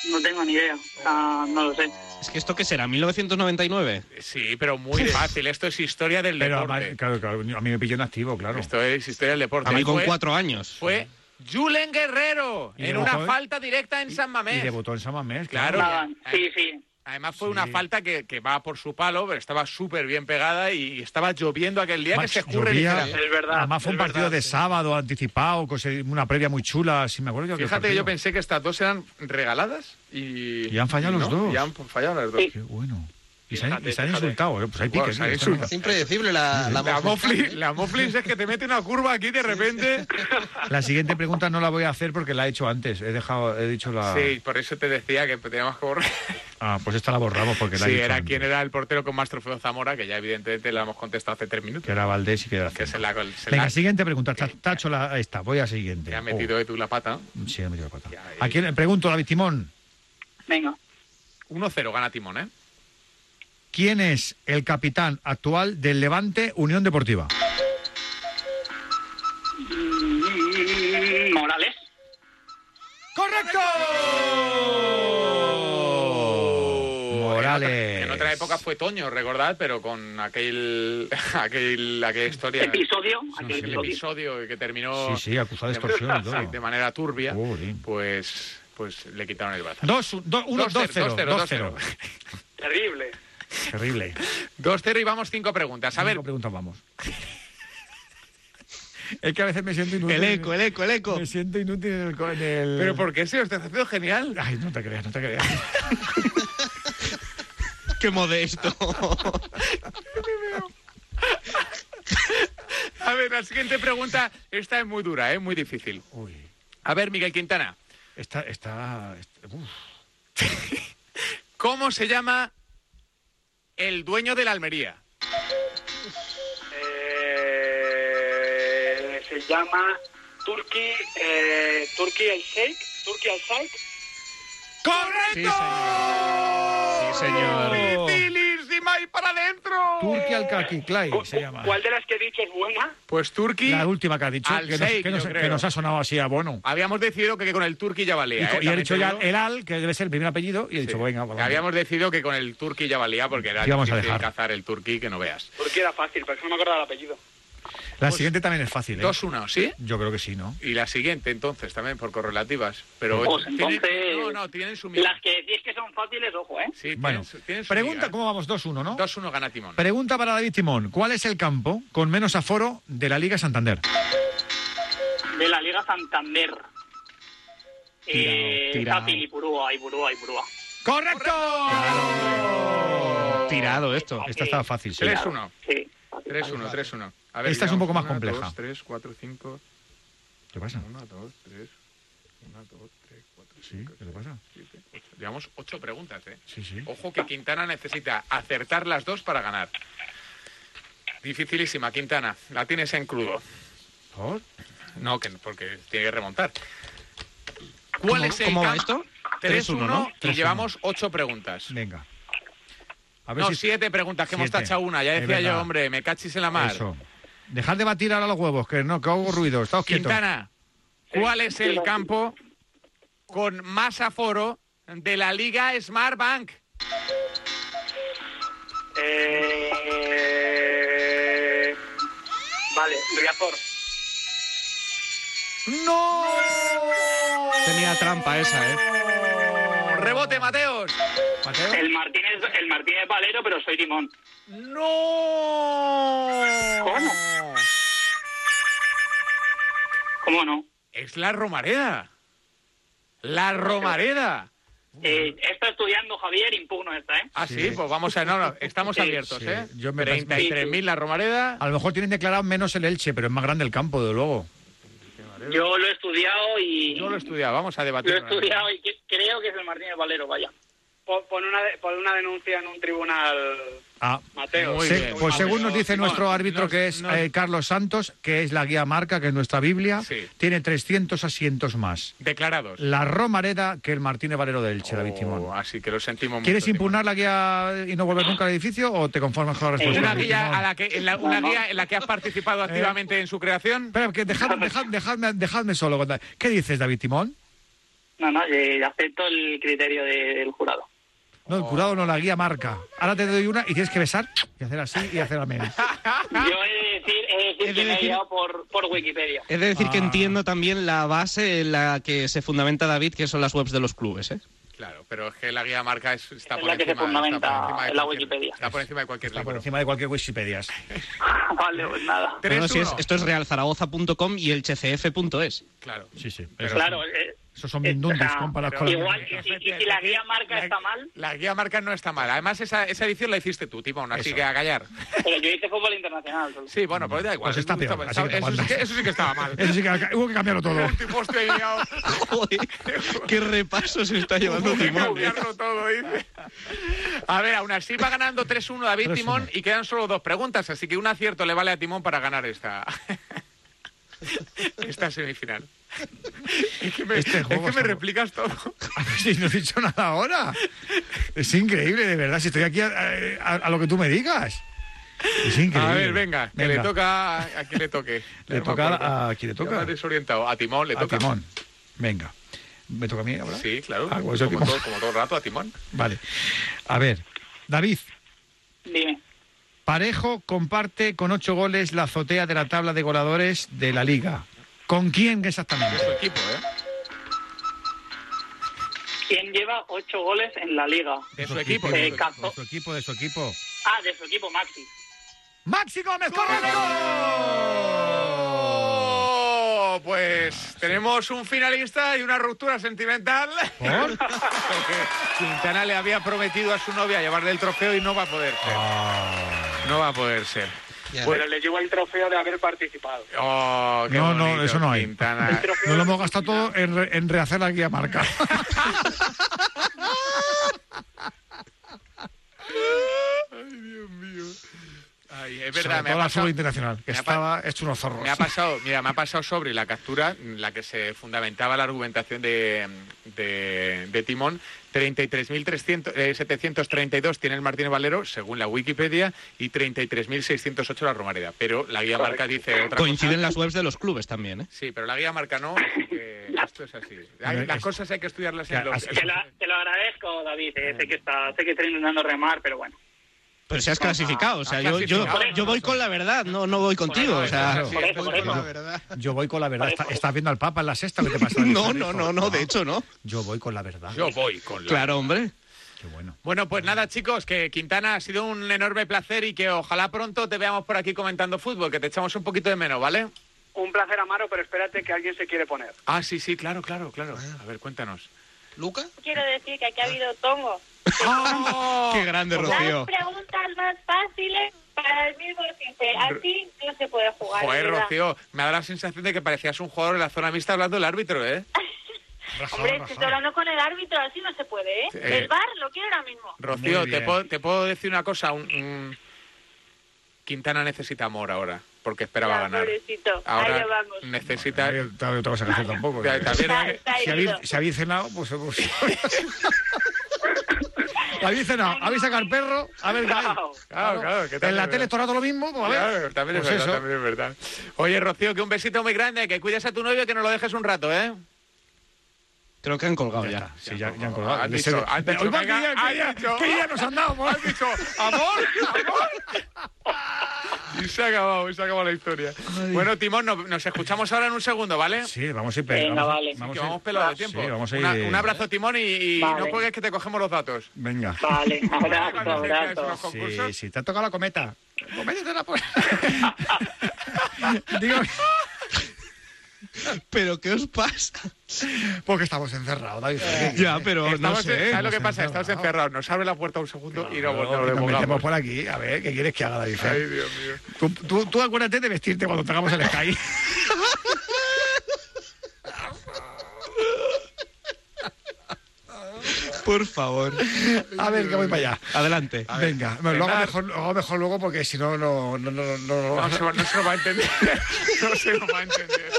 Speaker 12: No tengo ni idea. O sea, no lo sé.
Speaker 4: Es que esto qué será, 1999.
Speaker 3: Sí, pero muy fácil. Esto es historia del
Speaker 1: Pero
Speaker 3: deporte.
Speaker 1: además, claro, claro, a mí me pilló en activo, claro.
Speaker 3: Esto es historia del deporte.
Speaker 4: A mí
Speaker 3: Y
Speaker 4: con
Speaker 3: Pues fue-
Speaker 4: cuatro años.
Speaker 3: Fue Julen Guerrero
Speaker 1: Y
Speaker 3: en
Speaker 1: debutó
Speaker 3: una
Speaker 1: en-
Speaker 3: falta directa en San
Speaker 1: Y
Speaker 3: Mamés.
Speaker 1: debutó en San Mamés,
Speaker 3: Claro.
Speaker 12: Nada, Ah, sí, sí.
Speaker 3: Además fue
Speaker 1: Sí.
Speaker 3: una falta que, que va por su palo, pero estaba súper bien pegada y estaba lloviendo aquel día
Speaker 1: Macho,
Speaker 3: que se escurre
Speaker 1: llovía.
Speaker 3: ligeramente.
Speaker 2: Es verdad.
Speaker 1: Además fue
Speaker 2: es
Speaker 1: un partido
Speaker 2: verdad.
Speaker 1: de sábado anticipado, con se- una previa muy chula, si me acuerdo yo.
Speaker 3: Fíjate que yo pensé que estas dos eran regaladas y...
Speaker 1: Y han fallado
Speaker 3: y
Speaker 1: los
Speaker 3: no,
Speaker 1: dos.
Speaker 3: Y han fallado las dos.
Speaker 12: Sí.
Speaker 1: Qué bueno. Y se han,
Speaker 2: Fíjate,
Speaker 1: y se han
Speaker 2: fíjate.
Speaker 1: insultado, eh, pues hay
Speaker 3: Bueno,
Speaker 1: piques.
Speaker 3: se han
Speaker 1: tío, están-
Speaker 3: insultado.
Speaker 8: Es impredecible la, la,
Speaker 3: La
Speaker 8: Moflin,
Speaker 3: Moflin,
Speaker 8: ¿eh?
Speaker 3: la Moflin es que te mete una curva aquí de repente.
Speaker 1: La siguiente pregunta no la voy a hacer porque la he hecho antes. He dejado, he dicho la.
Speaker 3: Sí, por eso te decía que teníamos que borrar.
Speaker 1: Ah, pues esta la borramos porque la he
Speaker 3: Sí,
Speaker 1: dicho
Speaker 3: era
Speaker 1: antes.
Speaker 3: quien era el portero con más trofeos Zamora, que ya evidentemente la hemos contestado hace tres
Speaker 1: Que
Speaker 3: minutos.
Speaker 1: era Valdés y que era.
Speaker 3: Que se la, se
Speaker 1: Venga,
Speaker 3: la-
Speaker 1: siguiente pregunta. Ta- Tacho la ahí está. Voy a siguiente.
Speaker 3: te ha metido de tú la pata.
Speaker 1: Oh, sí, he metido la pata.
Speaker 3: Ya, eh.
Speaker 1: ¿A quién le pregunto, David Timón?
Speaker 12: Venga.
Speaker 3: 1-0 gana Timón, ¿eh?
Speaker 1: ¿Quién es el capitán actual del Levante Unión Deportiva?
Speaker 12: Mm, Morales.
Speaker 1: ¡Correcto!
Speaker 3: En
Speaker 1: Morales. Oh,
Speaker 3: otra, en otra época fue Toño, recordad, pero con aquel, aquel aquella historia,
Speaker 12: Episodio. aquel
Speaker 3: el
Speaker 12: episodio.
Speaker 3: episodio que terminó
Speaker 1: Sí, sí, acusado de extorsión y todo. Oh.
Speaker 3: de manera turbia,
Speaker 1: Jolín.
Speaker 3: pues, pues le quitaron el brazo.
Speaker 1: 2-1-2-0.
Speaker 3: 2-0.
Speaker 2: Terrible.
Speaker 1: Terrible.
Speaker 3: 2-0 y vamos cinco preguntas. A ver,
Speaker 1: Cinco preguntas vamos. es que a veces me siento inútil.
Speaker 4: El eco, el eco, el eco.
Speaker 1: Me siento inútil en el. co- en el-
Speaker 3: pero ¿por qué se os está haciendo genial?
Speaker 1: Ay, no te creas, no te creas.
Speaker 4: Qué modesto.
Speaker 3: A ver, la siguiente pregunta, esta es muy dura, es muy difícil.
Speaker 1: Uy,
Speaker 3: A ver, Miguel Quintana,
Speaker 1: está. está, está- uf.
Speaker 3: ¿cómo se llama el dueño de la Almería?
Speaker 2: Eh, se llama Turkey, eh, Turkey al Sheikh, Turkey al Sheikh.
Speaker 4: Sí,
Speaker 3: ¡Correcto!
Speaker 4: señor. Sí, señor.
Speaker 3: ¡Dificilísima y para adentro!
Speaker 1: Turki al Kakiklai se llama.
Speaker 2: ¿Cuál de las que he dicho es buena?
Speaker 3: Pues Turki,
Speaker 1: La última que ha dicho.
Speaker 3: Al
Speaker 1: Que nos,
Speaker 3: Sheik,
Speaker 1: que nos-
Speaker 3: yo
Speaker 1: que
Speaker 3: creo.
Speaker 1: nos ha sonado así a bono.
Speaker 3: habíamos decidido que con el Turki ya
Speaker 1: Y,
Speaker 3: valía. ¿eh?
Speaker 1: co- y he
Speaker 3: También
Speaker 1: dicho
Speaker 3: te
Speaker 1: ya
Speaker 3: digo.
Speaker 1: el Al, que debe ser el primer apellido, y he
Speaker 3: Sí.
Speaker 1: dicho, venga, pues
Speaker 3: Que
Speaker 1: vamos.
Speaker 3: Habíamos decidido que con el Turki ya valía porque era
Speaker 1: Sí, vamos a
Speaker 3: difícil
Speaker 1: dejar.
Speaker 3: cazar el Turki que no veas.
Speaker 2: Porque era fácil, pero es que no me acuerdo del apellido.
Speaker 1: La siguiente también es fácil, ¿eh?
Speaker 3: 2-1, pues ¿sí?
Speaker 1: Yo creo que sí, ¿no?
Speaker 3: Y la siguiente, entonces, también por correlativas. Pero
Speaker 12: Pues
Speaker 3: tienen-
Speaker 12: entonces-
Speaker 3: no, no, tienen su miga.
Speaker 12: Las que decís que son fáciles, ojo, ¿eh?
Speaker 3: Sí, tienen
Speaker 1: Bueno,
Speaker 3: su- tienen su
Speaker 1: pregunta,
Speaker 3: miga.
Speaker 1: ¿cómo vamos? 2-1, ¿no?
Speaker 3: 2-1 gana Timón.
Speaker 1: Pregunta para David Timón. ¿Cuál es el campo con menos aforo de la Liga Santander?
Speaker 12: De la Liga Santander. Eh,
Speaker 4: Tirao,
Speaker 12: Tapi, Ipurúa, Ipurúa, Ipurúa.
Speaker 1: ¡Correcto!
Speaker 4: Tirado esto.
Speaker 1: Esta estaba fácil, sí.
Speaker 3: 3-1,
Speaker 12: Sí.
Speaker 3: 3-1, 3-1. A
Speaker 1: Esta es un
Speaker 3: digamos,
Speaker 1: poco más
Speaker 3: una,
Speaker 1: compleja.
Speaker 3: dos, tres, cuatro, cinco,
Speaker 1: ¿Qué pasa?
Speaker 3: uno, dos, tres, Una, dos, tres, cuatro,
Speaker 1: Sí, ¿qué le pasa?
Speaker 3: siete, ocho. Llevamos ocho preguntas, ¿eh?
Speaker 1: Sí, sí.
Speaker 3: Ojo que Quintana necesita acertar las dos para ganar. Dificilísima, Quintana. La tienes en crudo.
Speaker 1: ¿Por?
Speaker 3: No, que, porque tiene que remontar. ¿Cuál
Speaker 4: ¿Cómo-
Speaker 3: es el
Speaker 4: cómo va
Speaker 3: cam-
Speaker 4: esto?
Speaker 3: 3-1,
Speaker 1: 3-1, ¿no?
Speaker 3: y
Speaker 1: 3-1.
Speaker 3: llevamos ocho preguntas.
Speaker 1: Venga. A ver
Speaker 3: No,
Speaker 1: si-
Speaker 3: siete preguntas, que hemos
Speaker 1: Siete.
Speaker 3: tachado una. Ya
Speaker 1: Es
Speaker 3: decía yo,
Speaker 1: verdad.
Speaker 3: hombre, me cachis en la mar.
Speaker 1: Eso. Dejad de batir ahora los huevos, que no, que hago ruido. Estamos quietos.
Speaker 3: Quintana, ¿cuál es el campo con más aforo de la Liga Smart Bank?
Speaker 2: Eh... Vale, Riazor.
Speaker 3: ¿Eh? ¡No!
Speaker 4: Tenía trampa esa, ¿eh?
Speaker 3: Rebote, Mateos.
Speaker 12: El Martínez, el Martínez Valero, pero soy Limón.
Speaker 3: ¡No!
Speaker 12: ¿Cómo? ¿Cómo no?
Speaker 3: Es la Romareda. La Romareda.
Speaker 12: Eh, está estudiando Javier, impugno esta, ¿eh?
Speaker 3: Ah, sí, pues vamos a. No, no, estamos
Speaker 12: Sí.
Speaker 3: abiertos,
Speaker 1: Sí,
Speaker 3: ¿eh?
Speaker 1: yo me-
Speaker 3: 33.000 la Romareda.
Speaker 1: A lo mejor tienen declarado menos el Elche, pero es más grande el campo, de luego.
Speaker 12: Yo lo he estudiado y
Speaker 3: Yo lo he estudiado, vamos a
Speaker 12: lo he
Speaker 3: debatir.
Speaker 12: estudiado y que- creo que es el Martínez Valero, vaya.
Speaker 2: Pon pon una, de- pon una denuncia en un tribunal,
Speaker 1: Ah.
Speaker 2: Mateo.
Speaker 3: Muy
Speaker 1: Se-
Speaker 3: bien.
Speaker 1: pues según nos dice
Speaker 2: Simón,
Speaker 1: nuestro árbitro,
Speaker 3: nos-
Speaker 1: que es
Speaker 3: nos-
Speaker 1: eh, Carlos Santos, que es la guía marca, que es nuestra Biblia,
Speaker 3: Sí.
Speaker 1: tiene 300 asientos más.
Speaker 3: Declarados.
Speaker 1: La Romareda que el Martínez Valero del Elche, David Timón.
Speaker 3: Oh, así que lo sentimos mucho.
Speaker 1: ¿Quieres
Speaker 3: Timón.
Speaker 1: impugnar la guía y no volver nunca al edificio o te conformas con la respuesta?
Speaker 3: Una
Speaker 1: David
Speaker 3: guía,
Speaker 1: Timón? ¿Eh?
Speaker 3: a Eh, la que, en la, una guía en la que has participado activamente en su creación.
Speaker 1: Espera, que dejad- dejad- dejadme, dejadme solo. contar. ¿Qué dices, David Timón?
Speaker 12: No, no, eh, acepto el criterio de- del jurado.
Speaker 1: No, el curado no, la guía marca. Ahora te doy una y tienes que besar y hacer así y hacer amén.
Speaker 12: Yo he de decir, he de decir
Speaker 4: He de
Speaker 12: que me he
Speaker 4: decir-
Speaker 12: guiado por, por Wikipedia.
Speaker 4: Es de decir que
Speaker 1: Ah.
Speaker 4: entiendo también la base en la que se fundamenta David, que son las webs de los clubes, ¿eh?
Speaker 3: Claro, pero es que la guía marca es- está
Speaker 12: Es
Speaker 3: por
Speaker 12: la que se
Speaker 3: encima.
Speaker 12: fundamenta
Speaker 3: está por encima de
Speaker 12: en la
Speaker 3: cualquier-
Speaker 12: Wikipedia.
Speaker 3: Está por encima de cualquier
Speaker 1: Está por
Speaker 3: libro.
Speaker 1: encima de cualquier Wikipedia.
Speaker 12: vale, pues nada.
Speaker 4: Pero no, si es-
Speaker 3: 3-1.
Speaker 4: esto es realzaragoza.com y elchecf.es.
Speaker 3: Claro.
Speaker 1: Sí, sí.
Speaker 3: Pero-
Speaker 12: Claro, eh,
Speaker 1: Esos son
Speaker 12: eh,
Speaker 1: mindundis
Speaker 12: o sea,
Speaker 1: comparados
Speaker 3: pero
Speaker 1: con la
Speaker 12: igual,
Speaker 1: guía.
Speaker 12: y si, y si la guía marca
Speaker 3: La-
Speaker 12: está mal,
Speaker 3: La guía marca no está mal. Además, esa, esa edición la hiciste tú, Timón, así
Speaker 1: Eso.
Speaker 3: que a callar.
Speaker 12: pero yo hice fútbol internacional. solo.
Speaker 3: Sí, bueno, pero da igual.
Speaker 1: Pues está
Speaker 3: Eso-
Speaker 1: peor,
Speaker 3: eso-
Speaker 1: así que
Speaker 3: eso,
Speaker 1: te
Speaker 3: sí
Speaker 1: aguantas.
Speaker 3: que, eso sí que estaba mal.
Speaker 1: Eso sí que hubo que cambiarlo todo.
Speaker 3: Un tipo hostia liado.
Speaker 4: Joder, qué repaso se está llevando
Speaker 3: Hay que
Speaker 4: Timón. ¿eh?
Speaker 3: cambiarlo todo, dice. A ver, aún así va ganando 3-1 David
Speaker 1: 3-1.
Speaker 3: Timón y quedan solo dos preguntas, así que un acierto le vale a Timón para ganar esta, esta semifinal. Es que me,
Speaker 1: Este
Speaker 3: es
Speaker 1: juego
Speaker 3: que
Speaker 1: está
Speaker 3: me
Speaker 1: muy-
Speaker 3: replicas todo.
Speaker 1: A ver si no he dicho nada ahora. Es increíble, de verdad. Si estoy aquí a, a- a lo que tú me digas. Es increíble.
Speaker 3: A ver, venga, que le toca a, a quien le toque.
Speaker 1: Le
Speaker 3: No me
Speaker 1: toca
Speaker 3: acuerdo.
Speaker 1: a- a quien le
Speaker 3: Ya me
Speaker 1: toca.
Speaker 3: has desorientado. A Timón le
Speaker 1: A
Speaker 3: toca.
Speaker 1: Timón. Venga. ¿Me toca a mí ahora?
Speaker 3: Sí, claro.
Speaker 1: Ah, pues yo
Speaker 3: como,
Speaker 1: Timón.
Speaker 3: todo, como todo el rato a Timón.
Speaker 1: Vale. A ver. David,
Speaker 12: Dime.
Speaker 1: Parejo comparte con ocho goles la azotea de la tabla de goleadores de la Liga. ¿Con quién
Speaker 3: Es su
Speaker 1: exactamente?
Speaker 3: equipo, ¿eh?
Speaker 12: ¿Quién lleva ocho goles en la liga?
Speaker 3: Es su equipo.
Speaker 12: Eh,
Speaker 3: es su equipo.
Speaker 12: Cazo-
Speaker 1: De su equipo, de su equipo.
Speaker 12: Ah, de su equipo, Maxi.
Speaker 1: ¡Maxi Gómez, correcto!
Speaker 3: ¡Oh! Pues tenemos un finalista y una ruptura sentimental.
Speaker 1: ¿Por?
Speaker 3: Porque Quintana le había prometido a su novia llevarle el trofeo y no va a poder ser.
Speaker 1: Ah.
Speaker 3: No va a poder ser.
Speaker 2: Pero le llevo el trofeo de haber participado.
Speaker 3: Oh, qué
Speaker 1: No, no,
Speaker 3: bonito,
Speaker 1: eso no hay.
Speaker 3: Quintana.
Speaker 1: Nos lo hemos gastado todo en, re- en rehacer la guía marca.
Speaker 3: Ay, es
Speaker 1: Sobre
Speaker 3: verdad, me
Speaker 1: todo
Speaker 3: ha,
Speaker 1: la
Speaker 3: pasado,
Speaker 1: sub internacional, que
Speaker 3: me ha
Speaker 1: estaba hecho unos zorros.
Speaker 3: me ha pasado- mira, me ha pasado sobre la captura en la que se fundamentaba la argumentación de, de, de Timón. eh, 33.732 tiene el Martínez Valero, según la Wikipedia, y 33.608 la Romareda. Pero la guía marca dice otra
Speaker 4: Coinciden
Speaker 3: cosa.
Speaker 4: las webs de los clubes también, ¿eh?
Speaker 3: Sí, pero la guía marca no. así que esto es así. Hay-
Speaker 1: Hombre,
Speaker 3: las
Speaker 1: es-
Speaker 3: cosas hay que estudiarlas
Speaker 1: Ya,
Speaker 3: en los...
Speaker 1: así-
Speaker 12: Te, la- te lo agradezco, David. eh, sé, que está, sé que está intentando remar, pero bueno.
Speaker 4: Pero si has clasificado, o sea, yo, yo,
Speaker 3: clasificado.
Speaker 4: yo voy con la verdad, no, no voy contigo,
Speaker 3: Bueno,
Speaker 4: o sea...
Speaker 3: eso es así,
Speaker 12: por
Speaker 3: esto
Speaker 12: eso,
Speaker 3: es
Speaker 12: por eso.
Speaker 3: todo.
Speaker 1: Yo voy con la verdad. Está- estás viendo al Papa en la sexta, ¿qué te pasa? Ah.
Speaker 4: No, no, no, no, de hecho no.
Speaker 1: Yo voy con la verdad.
Speaker 3: Yo voy con la...
Speaker 4: Claro, hombre.
Speaker 1: Qué bueno.
Speaker 3: Bueno, pues nada, chicos, que Quintana ha sido un enorme placer y que ojalá pronto te veamos por aquí comentando fútbol, que te echamos un poquito de menos, ¿vale?
Speaker 2: Un placer, Amaro, pero espérate que alguien se quiere poner.
Speaker 3: Ah, sí, sí, claro, claro, claro.
Speaker 1: Ah.
Speaker 3: A ver, cuéntanos.
Speaker 8: ¿Luca?
Speaker 13: Quiero decir que aquí ha habido tongo.
Speaker 3: ¡Ah!
Speaker 4: Qué grande,
Speaker 13: Las
Speaker 4: Rocío.
Speaker 13: preguntas más fáciles para el mismo jefe. Así no se puede jugar.
Speaker 3: Joder,
Speaker 13: de verdad.
Speaker 3: Rocío, me da la sensación de que parecías un jugador de la zona mixta hablando el árbitro, ¿eh?
Speaker 13: Hombre, es que estoy hablando con el árbitro, así no se puede, ¿eh?
Speaker 3: Sí.
Speaker 13: El bar lo quiero ahora mismo.
Speaker 3: Rocío,
Speaker 1: Muy
Speaker 3: te
Speaker 1: bien.
Speaker 3: puedo, te puedo decir una cosa. un- un- Quintana necesita amor ahora, porque esperaba
Speaker 13: Ya,
Speaker 3: ganar.
Speaker 13: pobrecito.
Speaker 3: Ahora
Speaker 13: Ahí vamos.
Speaker 3: necesita...
Speaker 1: Está otra cosa que hacer tampoco.
Speaker 3: Ya, también hay
Speaker 13: Está- está
Speaker 1: si, habéis,
Speaker 13: herido.
Speaker 1: si habéis cenado, pues... pues- habéis cenado, habéis sacado al perro, a ver qué hay.
Speaker 3: Claro, claro, que
Speaker 1: en
Speaker 3: también
Speaker 1: la
Speaker 3: es
Speaker 1: tele
Speaker 3: verdad.
Speaker 1: es todo el rato lo mismo, pues a ver.
Speaker 3: Claro, también es
Speaker 1: Pues
Speaker 3: verdad,
Speaker 1: eso.
Speaker 3: también es verdad. Oye, Rocío, que un besito muy grande, que cuides a tu novio y que no lo dejes un rato, ¿eh?
Speaker 4: Creo que han colgado ya.
Speaker 1: Sí, ya, ya han colgado.
Speaker 3: Han
Speaker 1: Les
Speaker 3: dicho,
Speaker 1: he-
Speaker 3: han
Speaker 1: Pero
Speaker 3: dicho,
Speaker 1: igual
Speaker 3: venga,
Speaker 1: que ya, que
Speaker 3: han
Speaker 1: ya-
Speaker 3: dicho.
Speaker 1: que ya nos han dado, pues.
Speaker 3: Has dicho, amor, amor. Y se ha acabado, y se ha acabado la historia. Bueno, Timón, no- nos escuchamos ahora en un segundo, ¿vale?
Speaker 1: Sí, vamos a ir... pe-
Speaker 13: Venga,
Speaker 1: vamos, a-
Speaker 13: vale.
Speaker 1: vamos
Speaker 3: que
Speaker 1: a ir-
Speaker 3: vamos pelado de tiempo.
Speaker 1: Sí, vamos a ir...
Speaker 3: Una- un abrazo, Timón, y, y
Speaker 13: Vale.
Speaker 3: no juegues que te cogemos los datos.
Speaker 1: Venga.
Speaker 13: Vale, abrazo,
Speaker 3: Cuando se hacen
Speaker 13: abrazo.
Speaker 3: los concursos.
Speaker 1: Sí, sí, te ha tocado la cometa. Cométete la pues. Digo,
Speaker 4: ¿Pero qué os pasa?
Speaker 1: porque estamos encerrados, David.
Speaker 4: Ya, pero
Speaker 3: Estamos
Speaker 4: no
Speaker 3: en-
Speaker 4: sé.
Speaker 3: ¿Sabes lo que pasa?
Speaker 1: encerrados.
Speaker 3: Estamos encerrados. Nos abre la puerta un segundo y nos
Speaker 1: Claro, que nos
Speaker 3: volvemos.
Speaker 1: metemos por aquí, a ver, ¿qué quieres que haga David?
Speaker 3: Ay, Dios mío.
Speaker 1: Tú, tú, tú acuérdate de vestirte cuando tengamos el Sky.
Speaker 4: Por favor.
Speaker 1: A ver, que voy para allá.
Speaker 4: Adelante.
Speaker 3: Ah.
Speaker 1: Venga, no, lo, hago mejor, lo hago mejor luego porque si no, no, no, no, no,
Speaker 3: No se, va- no se lo va a entender. No se lo va a entender.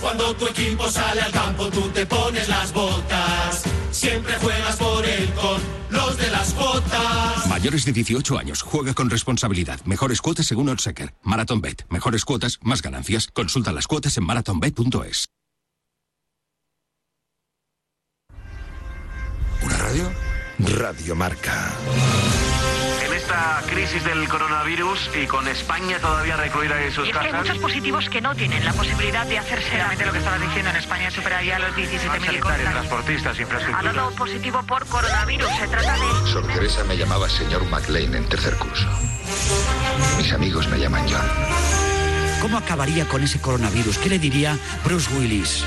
Speaker 14: Cuando tu equipo sale al campo, tú te pones las botas. Siempre juegas por él con los de las botas.
Speaker 15: Mayores de 18 años, juega con responsabilidad. Mejores cuotas según Oddseeker. Marathon Bet. Mejores cuotas, más ganancias. Consulta las cuotas en marathonbet.es.
Speaker 7: ¿Una radio? Radio Marca.
Speaker 16: En esta crisis del coronavirus y con España todavía recluida en sus
Speaker 17: Y es que hay
Speaker 16: casas,
Speaker 17: muchos positivos que no tienen la posibilidad de hacerse realmente lo que estaba diciendo en España superaría los 17.000
Speaker 16: sanitarios,
Speaker 17: contagios.
Speaker 16: transportistas,
Speaker 17: Ha
Speaker 16: infraestructura.
Speaker 17: dado positivo por coronavirus. Se trata de
Speaker 7: Sor Teresa me llamaba señor MacLean en tercer curso. Mis amigos me llaman John.
Speaker 18: ¿Cómo acabaría con ese coronavirus? ¿Qué le diría Bruce Willis?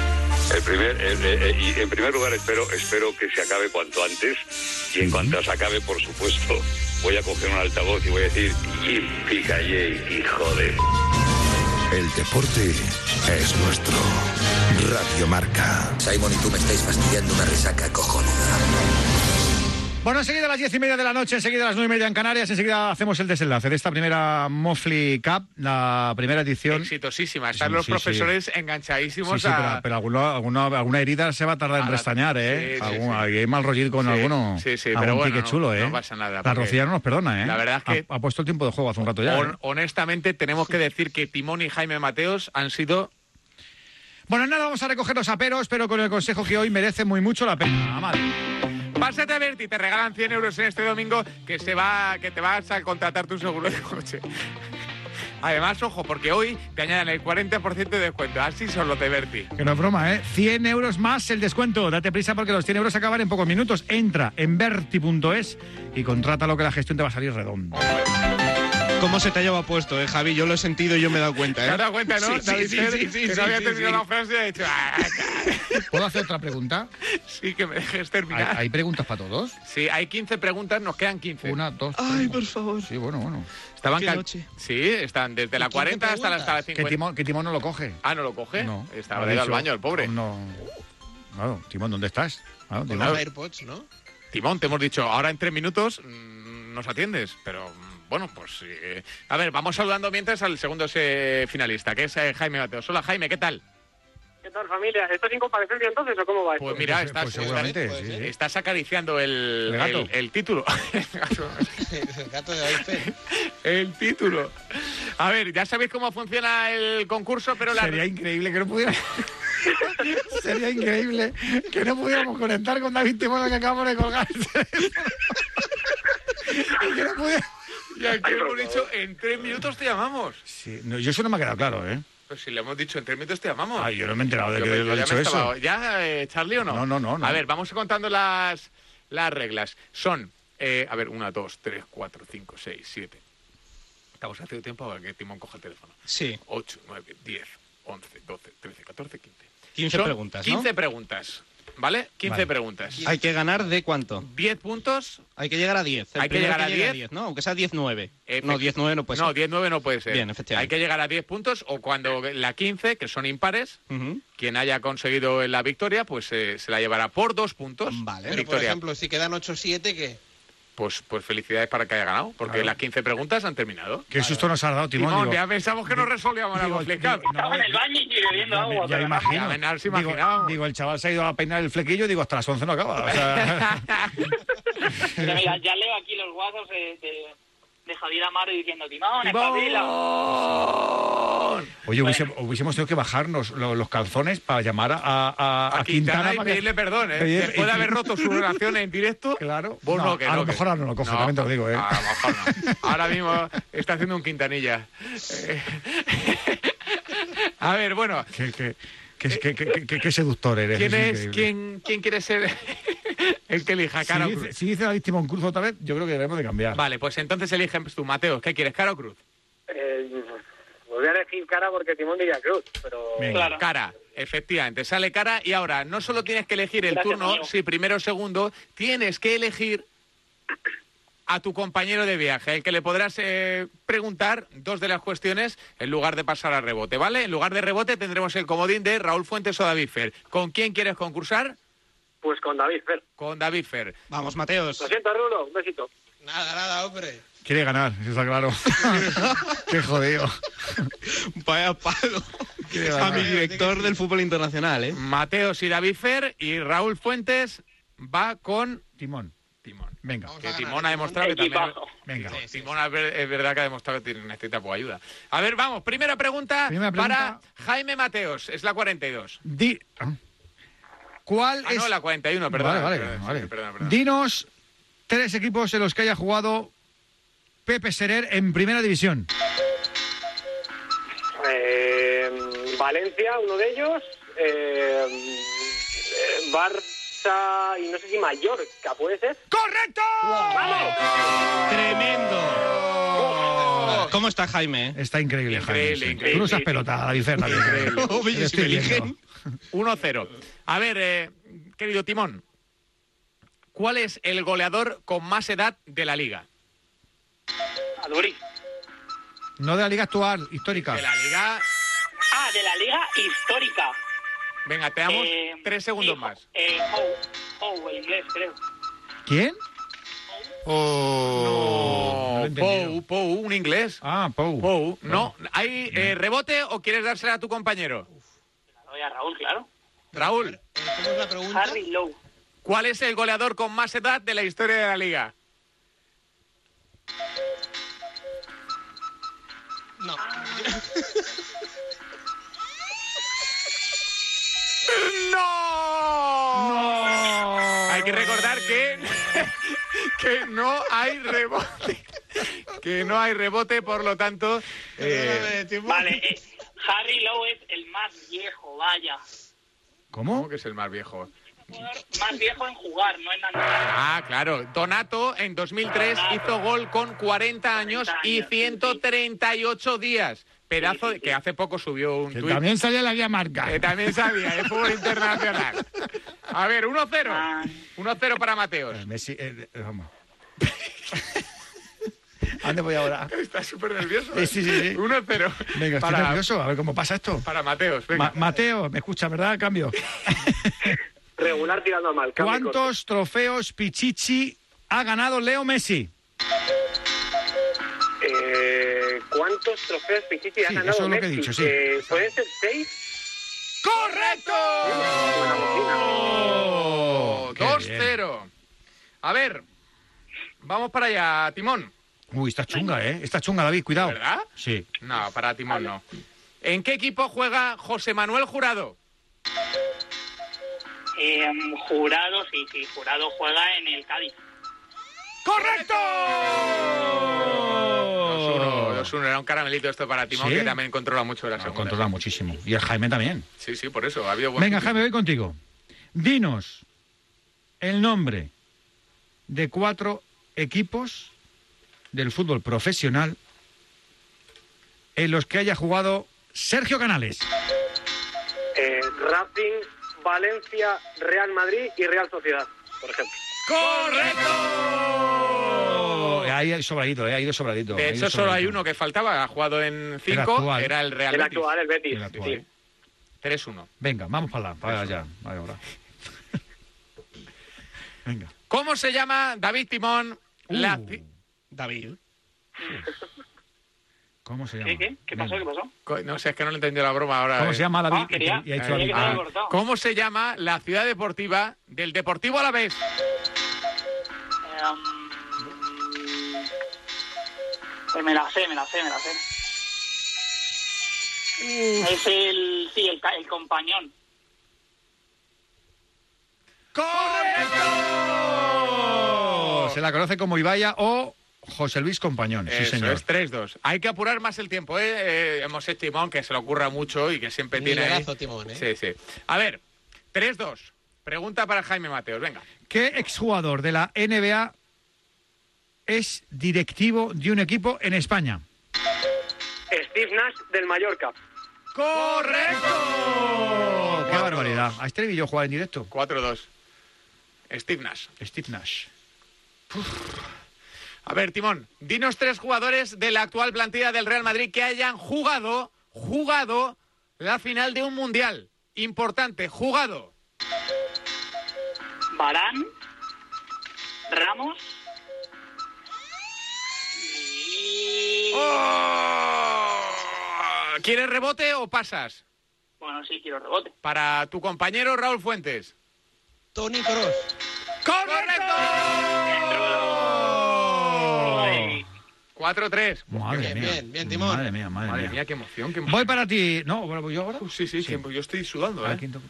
Speaker 19: El primer, eh, eh, eh, y en primer lugar, espero, espero que se acabe cuanto antes. Y en cuanto se acabe, por supuesto, voy a coger un altavoz y voy a decir: Yippee hijo de.
Speaker 7: El deporte es nuestro. Radio Marca. Simon y tú me estáis fastidiando una resaca cojonuda.
Speaker 1: Bueno, enseguida a las diez y media de la noche, enseguida a las nueve y media en Canarias, enseguida hacemos el desenlace de esta primera Mofli Cup, la primera edición.
Speaker 3: Exitosísima. Están
Speaker 1: Sí,
Speaker 3: los
Speaker 1: sí,
Speaker 3: profesores
Speaker 1: Sí,
Speaker 3: enganchadísimos
Speaker 1: sí,
Speaker 3: a...
Speaker 1: pero, pero alguna, alguna, alguna herida se va a tardar en restañar, ¿eh?
Speaker 3: sí, sí,
Speaker 1: Algún- Hay mal rollir con
Speaker 3: Sí,
Speaker 1: alguno.
Speaker 3: sí, sí,
Speaker 1: algún
Speaker 3: pero bueno,
Speaker 1: pique
Speaker 3: no-
Speaker 1: chulo, ¿eh?
Speaker 3: no pasa nada,
Speaker 1: La
Speaker 3: porque
Speaker 1: Rocía no nos perdona, ¿eh?
Speaker 3: la verdad es que-
Speaker 1: Ha, ha puesto el tiempo de juego hace un rato ya. ¿eh?
Speaker 3: Hon- honestamente, tenemos que decir que Timón y Jaime Mateos han sido
Speaker 1: Bueno, nada, vamos a recoger los aperos, pero con el consejo que hoy merece muy mucho la pena. Ah, Amar.
Speaker 3: Pásate a Berti, te regalan 100 euros en este domingo que, se va, que te vas a contratar tu seguro de coche. Además, ojo, porque hoy te añaden el 40% de descuento. Así son los de Berti.
Speaker 1: Que no es broma, ¿eh? 100 euros más el descuento. Date prisa porque los 100 euros acaban en pocos minutos. Entra en verti.es y contrata lo que la gestión te va a salir redondo.
Speaker 4: ¿Cómo se te ha llevado puesto, eh, Javi? Yo lo he sentido y yo me he dado cuenta,
Speaker 3: ¿Te
Speaker 4: ¿eh?
Speaker 3: has dado cuenta, no?
Speaker 4: Sí, sí,
Speaker 3: David
Speaker 4: sí,
Speaker 3: Fer,
Speaker 4: sí, sí,
Speaker 3: que
Speaker 4: sí,
Speaker 3: no había
Speaker 4: sí,
Speaker 3: terminado
Speaker 4: sí.
Speaker 3: la frase y ha dicho... "Ah,
Speaker 1: ¿Puedo hacer otra pregunta?
Speaker 3: sí, que me dejes
Speaker 1: ¿Hay,
Speaker 3: terminar.
Speaker 1: hay preguntas para todos?
Speaker 3: Sí, hay 15 preguntas, nos quedan 15.
Speaker 1: Una, dos, tres.
Speaker 4: Ay, por favor.
Speaker 1: Sí, bueno, bueno.
Speaker 3: Estaban
Speaker 1: Qué
Speaker 3: cal-
Speaker 1: noche.
Speaker 3: Sí, están desde la
Speaker 1: 15
Speaker 3: 40 hasta la, hasta la
Speaker 1: Que
Speaker 3: 50.
Speaker 1: Timón, que Timón no lo coge.
Speaker 3: Ah, ¿no lo coge?
Speaker 1: No.
Speaker 3: Estaba
Speaker 1: Ha
Speaker 3: ido al
Speaker 1: dicho-
Speaker 3: baño, el pobre.
Speaker 1: No. Claro, Timón, ¿dónde estás? Claro,
Speaker 4: Con
Speaker 1: Timón.
Speaker 4: los AirPods, ¿no?
Speaker 3: Timón, te hemos dicho, ahora en tres minutos mm, nos atiendes, pero mm, bueno, pues... eh, a ver, vamos saludando mientras al segundo eh, finalista, que es eh, Jaime Mateos. Hola, Jaime, ¿qué tal?
Speaker 2: ¿Qué tal, familia? ¿Esto sin comparecencia entonces o cómo va esto?
Speaker 3: Pues mira, estás,
Speaker 1: seguramente,
Speaker 3: estás-
Speaker 1: sí, sí.
Speaker 3: estás acariciando el,
Speaker 1: El gato.
Speaker 3: el- el título. El gato.
Speaker 8: El gato de David Fer.
Speaker 3: El título. A ver, ya sabéis cómo funciona el concurso, pero la...
Speaker 1: Sería increíble que no pudiera. Sería increíble que no pudiéramos conectar con David Timón que acabamos de colgar. el teléfono. y que no pudiera-
Speaker 3: Y aquí hemos dicho, en tres minutos te llamamos.
Speaker 1: Sí, no, yo eso no me ha quedado claro, ¿eh?
Speaker 3: Pues si le hemos dicho, en tres minutos te llamamos.
Speaker 1: Ay, yo no me he enterado de
Speaker 3: Yo
Speaker 1: que
Speaker 3: me-
Speaker 1: lo
Speaker 3: yo
Speaker 1: ha
Speaker 3: ya
Speaker 1: dicho
Speaker 3: me
Speaker 1: eso.
Speaker 3: estaba- ¿Ya, eh, Charlie, o no?
Speaker 1: No, no, no, no.
Speaker 3: A ver, vamos contando las, las reglas. Son, eh, a ver, una, dos, tres, cuatro, cinco, seis, siete. Estamos haciendo tiempo para que Timón coja el teléfono.
Speaker 4: Sí.
Speaker 3: 8, 9, 10, 11, 12, 13, 14, 15.
Speaker 4: 15
Speaker 3: Son
Speaker 4: preguntas, ¿no?
Speaker 3: 15 preguntas. ¿Vale? 15
Speaker 4: Vale.
Speaker 3: preguntas.
Speaker 4: Hay que ganar de cuánto?
Speaker 3: 10 puntos.
Speaker 4: Hay que llegar a 10. El
Speaker 3: Hay que
Speaker 4: primero
Speaker 3: llegar a 10.
Speaker 4: ¿no? Aunque sea 19.
Speaker 3: Efecti-
Speaker 4: No, 19
Speaker 20: Pues
Speaker 4: no puede
Speaker 3: No,
Speaker 4: ser.
Speaker 3: 19 no puede ser.
Speaker 4: Bien, efectivamente.
Speaker 3: Hay que llegar a 10 puntos o cuando la 15, que son impares, quien haya conseguido la victoria, pues eh, se la llevará por dos puntos. Vale,
Speaker 8: Pero, por ejemplo, si quedan 8-7, ¿qué?
Speaker 3: Pues, pues felicidades para que haya ganado, porque las 15 preguntas han terminado.
Speaker 1: Qué susto nos has dado, Timón.
Speaker 3: Timón,
Speaker 1: digo.
Speaker 3: ya pensamos que no resolvíamos la complicada.
Speaker 1: Estaba
Speaker 3: en el baño y bebiendo agua.
Speaker 1: Ya me imagino.
Speaker 3: se
Speaker 1: Digo-
Speaker 3: imaginaba.
Speaker 1: Digo, el chaval se ha ido a peinar el flequillo y digo, hasta las 11 no acaba. o sea,
Speaker 12: Pero mira, ya leo aquí los WhatsApps de, de, de Javier Amaro diciendo Timón, espabila.
Speaker 1: Oye, hubiese- hubiésemos tenido que bajarnos lo- los calzones para llamar a, a, a- a Quintana.
Speaker 3: Quintana y
Speaker 1: para que-
Speaker 3: pedirle perdón, ¿eh?
Speaker 1: Pedir-
Speaker 3: Después de haber roto su relación en directo. Claro. Vos no,
Speaker 1: No,
Speaker 3: que
Speaker 1: a
Speaker 3: no,
Speaker 1: lo
Speaker 3: que-
Speaker 1: mejor ahora no lo coge, también te lo digo, ¿eh?
Speaker 3: a lo mejor no. Ahora mismo está haciendo un Quintanilla. Eh, a ver, bueno,
Speaker 1: Qué, qué- qué- qué- qué- qué- qué- qué seductor eres.
Speaker 3: Eh, ¿quién es?
Speaker 1: increíble.
Speaker 3: ¿Quién, quién quiere ser el que elija, cara o
Speaker 1: Si
Speaker 3: cruz?
Speaker 1: dice, si dice David Timón Cruz otra vez, yo creo que debemos de cambiar.
Speaker 3: Vale, pues entonces elige tú, Mateo. ¿Qué quieres, cara o cruz?
Speaker 2: Eh, pues voy a decir cara porque Timón diría Cruz, pero...
Speaker 3: Claro. Cara, efectivamente, sale cara y ahora no solo tienes que elegir el
Speaker 2: Gracias,
Speaker 3: turno,
Speaker 2: amigo.
Speaker 3: si primero o segundo, tienes que elegir a tu compañero de viaje, el que le podrás eh, preguntar dos de las cuestiones en lugar de pasar a rebote, ¿vale? En lugar de rebote tendremos el comodín de Raúl Fuentes o David Fer. ¿Con quién quieres concursar?
Speaker 2: Pues con David Fer.
Speaker 3: Con David Fer.
Speaker 4: Vamos, Mateos.
Speaker 2: Lo siento, Rulo, un besito.
Speaker 8: Nada, nada, hombre.
Speaker 1: Quiere ganar, eso está claro. qué jodido.
Speaker 4: Vaya pago.
Speaker 1: Qué
Speaker 4: A mi
Speaker 1: barbaridad.
Speaker 4: director del fútbol internacional, ¿eh?
Speaker 3: Mateos y David Fer y Raúl Fuentes va con...
Speaker 1: Timón. Venga.
Speaker 3: Que Timón ha demostrado que también...
Speaker 1: Equipazo. Venga.
Speaker 3: Sí, Timón es ver- es verdad que ha demostrado que tiene- necesita poca ayuda. A ver, vamos. Primera pregunta,
Speaker 1: Primera pregunta.
Speaker 3: para Jaime Mateos. Es la 42.
Speaker 1: Di- ah. ¿Cuál
Speaker 3: Ah,
Speaker 1: es
Speaker 3: no, la 41, perdón.
Speaker 1: Vale, vale,
Speaker 3: perdón,
Speaker 1: vale.
Speaker 3: sí, perdón, perdón.
Speaker 1: Dinos tres equipos en los que haya jugado Pepe Serer en primera división.
Speaker 2: Eh, Valencia, uno de ellos. eh, eh, Barça y no sé si Mallorca, ¿puede ser?
Speaker 1: ¡Correcto!
Speaker 4: ¡Tremendo! Oh. ¿Cómo está Jaime? eh?
Speaker 1: Está increíble, Jaime.
Speaker 4: Increíble,
Speaker 1: sí.
Speaker 4: increíble.
Speaker 1: Tú no seas pelota, David Fer, también.
Speaker 4: Increíble.
Speaker 1: Lo
Speaker 4: Oye, si
Speaker 1: estoy
Speaker 4: me eligen.
Speaker 1: viendo.
Speaker 3: 1-0. A ver, eh, querido Timón, ¿cuál es el goleador con más edad de la liga?
Speaker 12: Aduri.
Speaker 1: No de la liga actual, histórica.
Speaker 3: De la liga.
Speaker 12: Ah, de la liga histórica.
Speaker 3: Venga, te damos
Speaker 12: Eh,
Speaker 3: tres segundos más.
Speaker 12: Eh, Howe, Howe, inglés, creo.
Speaker 1: ¿Quién?
Speaker 3: Oh,
Speaker 1: no lo he
Speaker 3: Pou, Pou, un inglés.
Speaker 1: Ah, Pou.
Speaker 3: Pou. No, ¿hay eh, rebote o quieres dársela a tu compañero?
Speaker 12: Oye, a Raúl, claro.
Speaker 3: Raúl,
Speaker 8: ¿Cómo es la pregunta?
Speaker 12: Harry Lowe.
Speaker 3: ¿cuál es el goleador con más edad de la historia de la liga?
Speaker 8: No.
Speaker 3: ¡No! Hay que recordar que, que no hay rebote. Que no hay rebote, por lo tanto. eh,
Speaker 12: Vale, eh, Harry Lowe es el más viejo, vaya.
Speaker 1: ¿Cómo?
Speaker 3: que es el más viejo?
Speaker 12: Más viejo en jugar, no en andar.
Speaker 3: Ah, claro. Donato en 2003 hizo gol con 40 años y 138 días. Pedazo de- que hace poco subió un tuit.
Speaker 1: También salía la guía marca.
Speaker 3: Que también sabía de fútbol internacional. A ver, 1-0. 1-0 para Mateos.
Speaker 1: Messi, eh, eh, vamos. ¿A dónde voy ahora?
Speaker 3: Está súper nervioso.
Speaker 1: Sí, sí, sí.
Speaker 3: 1-0.
Speaker 1: Venga, estoy
Speaker 3: Para-
Speaker 1: nervioso. A ver cómo pasa esto.
Speaker 3: Para Mateos, venga.
Speaker 1: Ma- Mateo, me escucha, ¿verdad? Cambio.
Speaker 2: Regular tirando a mal. cambio y corto.
Speaker 1: ¿Cuántos trofeos Pichichi ha ganado Leo Messi?
Speaker 2: Eh, ¿Cuántos trofeos Pichichi ha
Speaker 1: Sí,
Speaker 2: ganado
Speaker 1: eso es lo que he
Speaker 2: Messi?
Speaker 1: dicho, sí.
Speaker 2: Eh, ¿Puede ser seis?
Speaker 3: ¡Correcto!
Speaker 1: ¡Oh! qué bien.
Speaker 3: 2-0. A ver, vamos para allá, Timón.
Speaker 1: Uy, está chunga, ¿eh? Está chunga, David, cuidado.
Speaker 3: ¿Verdad?
Speaker 1: Sí.
Speaker 3: No, para Timón no. ¿En qué equipo juega José Manuel Jurado?
Speaker 12: Eh, jurado, sí, sí, jurado juega en el Cádiz.
Speaker 3: ¡Correcto! 2-1, 2-1. Era un caramelito esto para Timón,
Speaker 1: Oh. ¿Sí? Ah,
Speaker 3: que también controla mucho la segunda.
Speaker 1: Controla muchísimo. Y el Jaime también.
Speaker 3: Sí, sí, por eso. Ha habido buen-
Speaker 1: Venga, Jaime, voy contigo. Dinos el nombre de cuatro equipos del fútbol profesional en los que haya jugado Sergio Canales.
Speaker 2: Eh, Racing, Valencia, Real Madrid y Real Sociedad, por ejemplo.
Speaker 1: Oh, ha ido sobradito, eh, ha ido sobradito.
Speaker 3: De
Speaker 1: ha ido
Speaker 3: hecho, solo hay
Speaker 1: sobradito.
Speaker 3: uno que faltaba, ha jugado en 5,
Speaker 1: actual.
Speaker 3: era, el Real
Speaker 1: El
Speaker 3: Betis.
Speaker 1: actual,
Speaker 2: el Betis.
Speaker 1: El actual.
Speaker 3: Sí. 3-1.
Speaker 1: Venga, vamos para allá, para allá. Vale, ahora. Venga.
Speaker 3: ¿Cómo se llama David
Speaker 1: Uh.
Speaker 3: Timón? la ci-
Speaker 4: David.
Speaker 1: ¿Cómo se
Speaker 12: ¿Qué, qué? ¿Qué pasó? ¿Qué pasó?
Speaker 3: Co- No sé, es que no le he entendido la broma ahora.
Speaker 1: ¿Cómo
Speaker 3: eh.
Speaker 1: se llama David?
Speaker 12: Ah, quería-
Speaker 1: Y ha dicho
Speaker 12: quería que
Speaker 1: David.
Speaker 12: te haya
Speaker 1: Ah,
Speaker 12: cortado.
Speaker 3: ¿Cómo se llama la ciudad deportiva del Deportivo a la vez?
Speaker 12: Eh, Em, me la sé, me la sé, me la sé. Es el, sí, el, ca- el compañón.
Speaker 1: oh, se la conoce como Ibaya o José Luis Compañón. Sí,
Speaker 3: Eso
Speaker 1: señor.
Speaker 3: es 3-2. Hay que apurar más el tiempo, ¿eh? Eh, Hemos hecho Timón, que se le ocurra mucho y que siempre tiene. ahí-
Speaker 8: Millonazo, Timón, ¿eh?
Speaker 3: Sí, sí. A ver, 3-2. Pregunta para Jaime Mateos, venga.
Speaker 1: ¿Qué exjugador de la NBA es directivo de un equipo en España?
Speaker 2: Steve Nash del Mallorca.
Speaker 3: Oh,
Speaker 1: ¡Correcto! ¡Qué barbaridad! ¿A este le vi yo jugar en directo?
Speaker 3: 4-2. Steve Nash.
Speaker 1: Steve Nash.
Speaker 3: A ver, Timón, dinos tres jugadores de la actual plantilla del Real Madrid que hayan jugado, jugado la final de un mundial. Importante, jugado.
Speaker 12: Barán, Ramos. y-
Speaker 3: Ah, ¡Oh! ¿Quieres rebote o pasas?
Speaker 12: Bueno, sí, quiero rebote.
Speaker 3: Para tu compañero Raúl Fuentes.
Speaker 8: Tony Kroos.
Speaker 2: Oh. Eh,
Speaker 3: ¡Correcto! 4-3.
Speaker 1: Madre mía. Madre mía, madre,
Speaker 3: Madre
Speaker 1: mía.
Speaker 3: mía, qué emoción, qué emoción.
Speaker 1: Voy para ti. No, bueno, voy yo ahora.
Speaker 3: Sí, sí, que yo estoy sudando,
Speaker 1: Ah,
Speaker 3: ¿eh?
Speaker 1: quinto.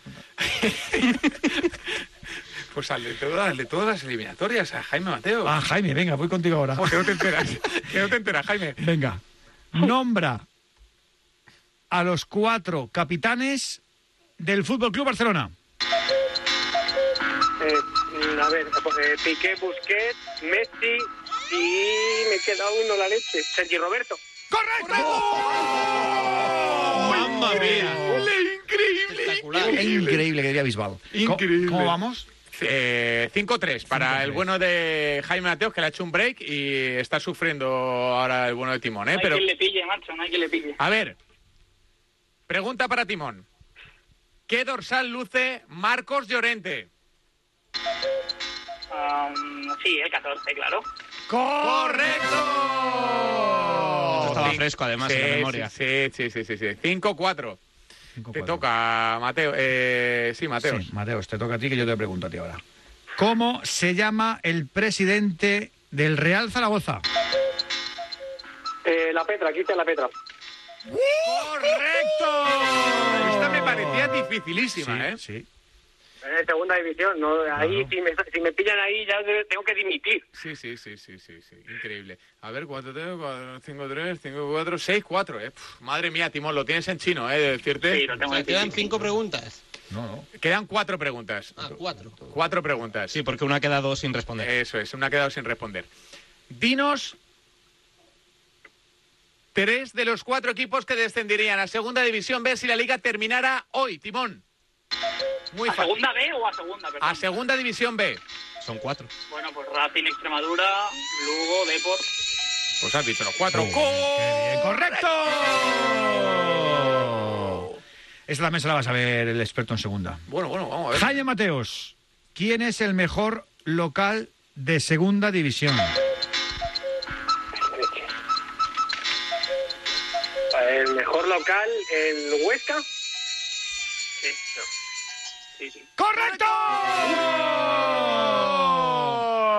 Speaker 3: Pues al de, todas, al de todas las eliminatorias, a Jaime Mateo. Oh,
Speaker 1: Ah, Jaime, venga, voy contigo ahora.
Speaker 3: Que no te enteras, que no te enteras, Jaime.
Speaker 1: Venga. Nombra a los cuatro capitanes del Fútbol Club Barcelona.
Speaker 2: Eh, mm, a ver, pues, eh, Piqué, Busquets, Messi y me queda uno la leche. Sergi Roberto.
Speaker 1: ¡Mamma mía!
Speaker 3: Increíble.
Speaker 1: Increíble que diría Bisbal.
Speaker 3: Increíble.
Speaker 1: ¿Cómo vamos?
Speaker 3: Eh, 5-3 para el bueno de Jaime Mateos, que le ha hecho un break y está sufriendo ahora el bueno de Timón, ¿eh?
Speaker 12: No hay
Speaker 3: Pero,
Speaker 12: quien le pille, macho, no hay quien le pille.
Speaker 3: a ver, pregunta para Timón. ¿Qué dorsal luce Marcos Llorente?
Speaker 12: Um, sí, el 14, claro.
Speaker 3: ¡Correcto!
Speaker 4: Estaba
Speaker 3: Sí.
Speaker 4: fresco, además,
Speaker 3: Sí,
Speaker 4: en la memoria.
Speaker 3: Sí, sí, sí, sí. sí. 5-4. Te toca, Mateo. Eh, sí, Mateo.
Speaker 1: Sí, Mateos, te toca a ti que yo te pregunto a ti ahora. ¿Cómo se llama el presidente del Real Zaragoza?
Speaker 2: Eh, la Petra, quita la Petra.
Speaker 3: ¡Correcto! Esta me parecía dificilísima, ¿eh?
Speaker 1: Sí.
Speaker 2: Eh, segunda división, no, ahí si, me, si me pillan ahí ya de- tengo que dimitir.
Speaker 3: Sí, sí, sí, sí, sí, sí. Increíble. A ver, ¿cuánto tengo? 5, 3, 5, 4, 6, 4. Eh. Puf, madre mía, Timón, lo tienes en chino, ¿eh? De decirte.
Speaker 12: Sí, lo tengo
Speaker 8: O sea, quedan cinco preguntas.
Speaker 1: No, no.
Speaker 3: Quedan cuatro preguntas.
Speaker 8: Ah, cuatro.
Speaker 3: Cuatro preguntas.
Speaker 4: Sí, porque uno ha quedado sin responder.
Speaker 3: Eso es, una ha quedado sin responder. Dinos tres de los cuatro equipos que descenderían a Segunda División B si la liga terminara hoy, Timón. Muy
Speaker 12: ¿A
Speaker 3: fácil.
Speaker 12: segunda B o a segunda? Perdón.
Speaker 3: A Segunda División B.
Speaker 4: Son cuatro.
Speaker 12: Bueno, pues Racing, Extremadura, Lugo, Depor.
Speaker 3: Pues has visto los
Speaker 12: Oh,
Speaker 3: cuatro.
Speaker 1: ¡Correcto! Esa también se la vas a ver el experto en segunda.
Speaker 3: Bueno, bueno, vamos a ver.
Speaker 1: Jaime Mateos, ¿quién es el mejor local de segunda división?
Speaker 2: El mejor local, el Huesca. Sí, no. Sí, sí.
Speaker 1: ¡Correcto!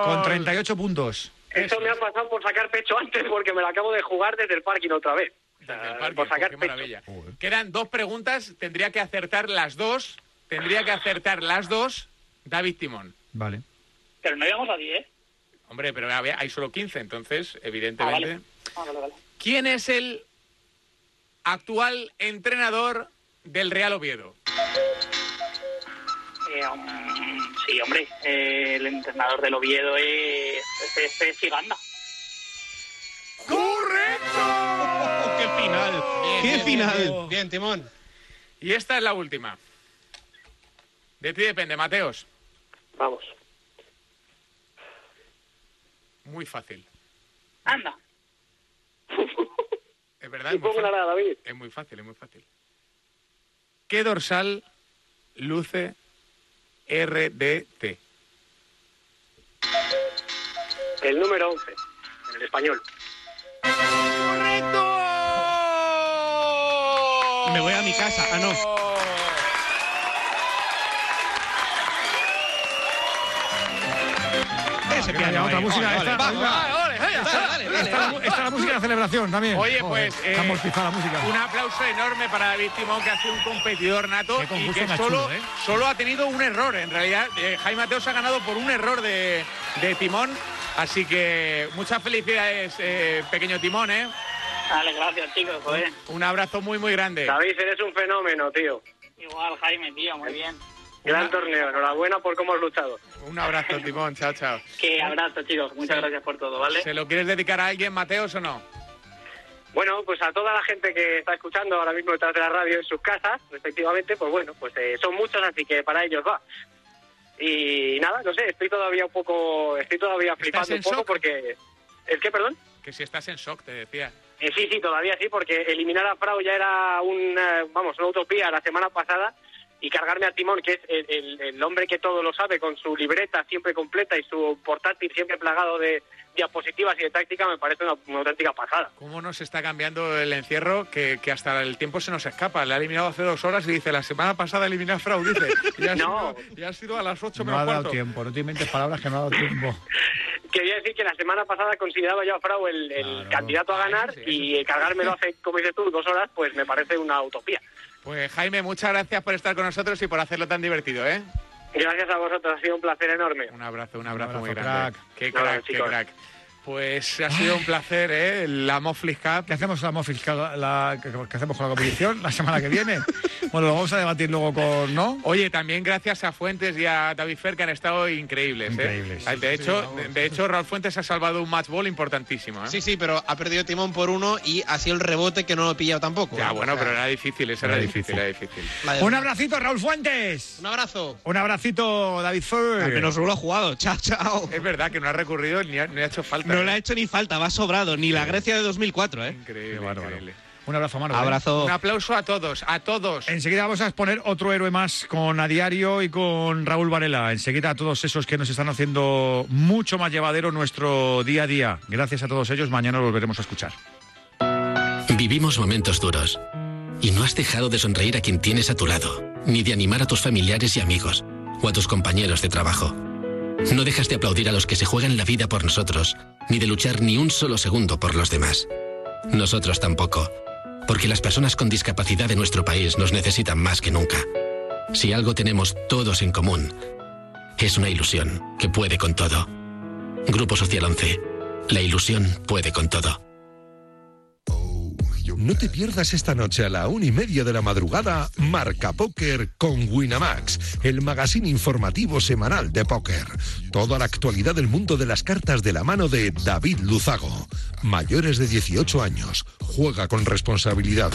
Speaker 1: Con 38 puntos.
Speaker 2: Esto me ha pasado por sacar pecho antes porque me lo acabo de jugar desde el parking otra vez.
Speaker 3: Desde el
Speaker 2: Ah,
Speaker 3: parking,
Speaker 2: por sacar
Speaker 3: qué
Speaker 2: pecho.
Speaker 3: maravilla. Quedan dos preguntas, tendría que acertar las dos. Tendría que acertar las dos David Timón.
Speaker 1: Vale.
Speaker 12: Pero no íbamos a 10.
Speaker 3: Hombre, pero había- hay solo 15, entonces,
Speaker 12: Ah,
Speaker 3: evidentemente.
Speaker 12: vale. Ah, vale, vale.
Speaker 3: ¿Quién es el actual entrenador del Real Oviedo?
Speaker 12: Eh, um, sí, hombre, eh, el entrenador del Oviedo es, es, es, es Siganda.
Speaker 4: ¡Qué final!
Speaker 8: Bien,
Speaker 4: ¡Qué
Speaker 8: bien,
Speaker 4: final!
Speaker 8: Bien, Timón.
Speaker 3: Y esta es la última. De ti depende, Mateos.
Speaker 2: Vamos.
Speaker 3: Muy fácil.
Speaker 12: Anda.
Speaker 3: Es verdad. Es muy, fácil. es muy fácil, es muy fácil. ¿Qué dorsal luce RDT?
Speaker 2: El número 11, en el español.
Speaker 4: Me voy a mi casa. Ah, no.
Speaker 3: Ah,
Speaker 1: Ese piano. Otra música.
Speaker 3: Ole,
Speaker 1: esta,
Speaker 3: ole,
Speaker 1: oiga,
Speaker 3: ole, ole, ole, ole,
Speaker 1: esta,
Speaker 3: ole.
Speaker 1: esta la música de celebración también.
Speaker 3: Oye,
Speaker 1: Joder,
Speaker 3: pues.
Speaker 2: eh,
Speaker 1: está amortizada la música.
Speaker 3: Un aplauso enorme para David Timón, que hace un competidor nato
Speaker 1: Qué
Speaker 3: y
Speaker 1: concurso
Speaker 3: que
Speaker 1: más
Speaker 3: solo,
Speaker 1: chulo, ¿eh?
Speaker 3: solo ha tenido un error. En realidad, eh, Jaime Mateos ha ganado por un error de, de Timón. Así que muchas felicidades, eh, pequeño Timón, ¿eh?
Speaker 12: Dale, gracias, chicos, joder.
Speaker 3: Un abrazo muy, muy grande.
Speaker 2: David, eres un fenómeno, tío.
Speaker 12: Igual, Jaime, tío, muy bien.
Speaker 2: Gran torneo. Enhorabuena por cómo has luchado.
Speaker 3: Un abrazo, Timón. Chao, chao.
Speaker 12: Que abrazo, chicos. Muchas gracias por todo, ¿vale?
Speaker 3: ¿Se lo quieres dedicar a alguien, Mateos, o no?
Speaker 2: Bueno, pues a toda la gente que está escuchando ahora mismo detrás de la radio en sus casas, respectivamente, pues bueno, pues eh, son muchos, así que para ellos va. Y nada, no sé, estoy todavía un poco, estoy todavía flipando
Speaker 3: en
Speaker 2: un poco
Speaker 3: shock?
Speaker 2: porque... ¿El qué, perdón?
Speaker 3: Que si estás en shock, te decía.
Speaker 2: Eh, sí, sí, todavía sí, porque eliminar a Frau ya era una, vamos, una utopía la semana pasada y cargarme a Timón, que es el, el- el hombre que todo lo sabe, con su libreta siempre completa y su portátil siempre plagado de diapositivas y de táctica, me parece una- una auténtica pasada.
Speaker 3: ¿Cómo nos está cambiando el encierro que, que hasta el tiempo se nos escapa? Le ha eliminado hace dos horas y dice, la semana pasada eliminé a Frau, dice. Y ha
Speaker 2: No.
Speaker 3: sido- y ha sido a las ocho
Speaker 1: No
Speaker 3: menos
Speaker 1: ha dado
Speaker 3: cuarto.
Speaker 1: tiempo, no te inventes palabras que no ha dado tiempo.
Speaker 2: Quería decir que la semana pasada consideraba yo a Frau el, el candidato a ganar y cargármelo hace, como dices tú, dos horas, pues me parece una utopía.
Speaker 3: Pues Jaime, muchas gracias por estar con nosotros y por hacerlo tan divertido, ¿eh?
Speaker 2: Gracias a vosotros, ha sido un placer enorme.
Speaker 3: Un abrazo, un abrazo,
Speaker 2: abrazo,
Speaker 3: muy grande.
Speaker 1: crack.
Speaker 3: Qué
Speaker 1: Un abrazo,
Speaker 3: crack, qué
Speaker 1: chicos.
Speaker 3: crack. Pues ha sido un placer, ¿eh? La Moflis Cup.
Speaker 1: ¿Qué hacemos la Mofis? ¿Qué- la- qué- qué hacemos con la competición la semana que viene? Bueno, lo vamos a debatir luego con, ¿no?
Speaker 3: Oye, también gracias a Fuentes y a David Fer que han estado increíbles. ¿eh?
Speaker 1: Increíbles.
Speaker 3: De hecho, de, de hecho, Raúl Fuentes ha salvado un match ball importantísimo. ¿eh?
Speaker 4: Ah. Sí, sí, pero ha perdido timón por uno y ha sido el rebote que no lo he pillado tampoco.
Speaker 3: Ya, bueno,
Speaker 4: O sea,
Speaker 3: pero era difícil, eso era,
Speaker 1: Era
Speaker 3: difícil, era difícil.
Speaker 1: Un abracito, Raúl Fuentes.
Speaker 4: Un abrazo.
Speaker 1: Un abracito, David Fer.
Speaker 4: Al menos Rulo ha jugado. Chao, chao.
Speaker 3: Es verdad que no ha recurrido ni ha, ni ha hecho falta. ¿eh?
Speaker 4: No le ha hecho ni falta, va sobrado. Ni la Grecia de 2004, ¿eh?
Speaker 3: Increíble, increíble.
Speaker 1: Un abrazo,
Speaker 21: eh.
Speaker 1: ¿eh? Manuel.
Speaker 4: Abrazo.
Speaker 3: Un aplauso a todos, a todos.
Speaker 1: Enseguida vamos a exponer otro héroe más con A Diario y con Raúl Varela. Enseguida a todos esos que nos están haciendo mucho más llevadero nuestro día a día. Gracias a todos ellos. Mañana los volveremos a escuchar.
Speaker 6: Vivimos momentos duros y no has dejado de sonreír a quien tienes a tu lado, ni de animar a tus familiares y amigos o a tus compañeros de trabajo. No dejas de aplaudir a los que se juegan la vida por nosotros, ni de luchar ni un solo segundo por los demás. Nosotros tampoco, porque las personas con discapacidad de nuestro país nos necesitan más que nunca. Si algo tenemos todos en común, es una ilusión que puede con todo. Grupo Social 11. La ilusión puede con todo.
Speaker 21: No te pierdas esta noche a la una y media de la madrugada Marca Póker con Winamax, el magazine informativo semanal de póker. Toda la actualidad del mundo de las cartas de la mano de David Luzago. Mayores de 18 años, juega con responsabilidad.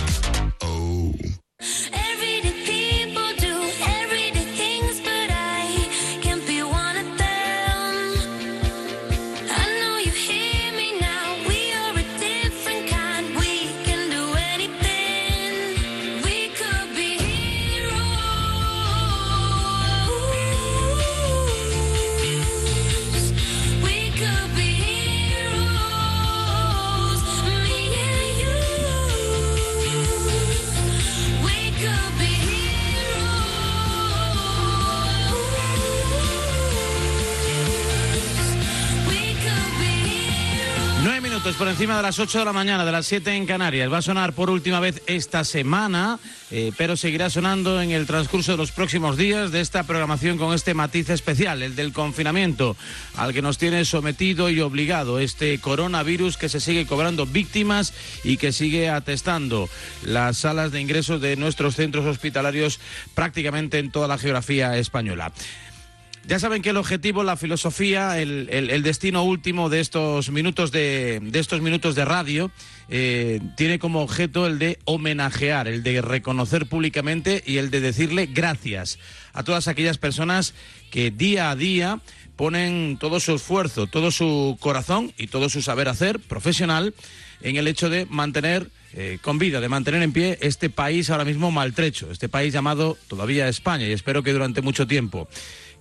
Speaker 20: Nueve minutos por encima de las 8 de la mañana, de las 7 en Canarias. Va a sonar por última vez esta semana, eh, pero seguirá sonando en el transcurso de los próximos días de esta programación con este matiz especial, el del confinamiento, al que nos tiene sometido y obligado este coronavirus que se sigue cobrando víctimas y que sigue atestando las salas de ingresos de nuestros centros hospitalarios prácticamente en toda la geografía española. Ya saben que el objetivo, la filosofía, el, el- el destino último de estos minutos de, de estos minutos de radio eh, tiene como objeto el de homenajear, el de reconocer públicamente y el de decirle gracias a todas aquellas personas que día a día ponen todo su esfuerzo, todo su corazón y todo su saber hacer profesional en el hecho de mantener eh, con vida, de mantener en pie este país ahora mismo maltrecho, este país llamado todavía España y espero que durante mucho tiempo.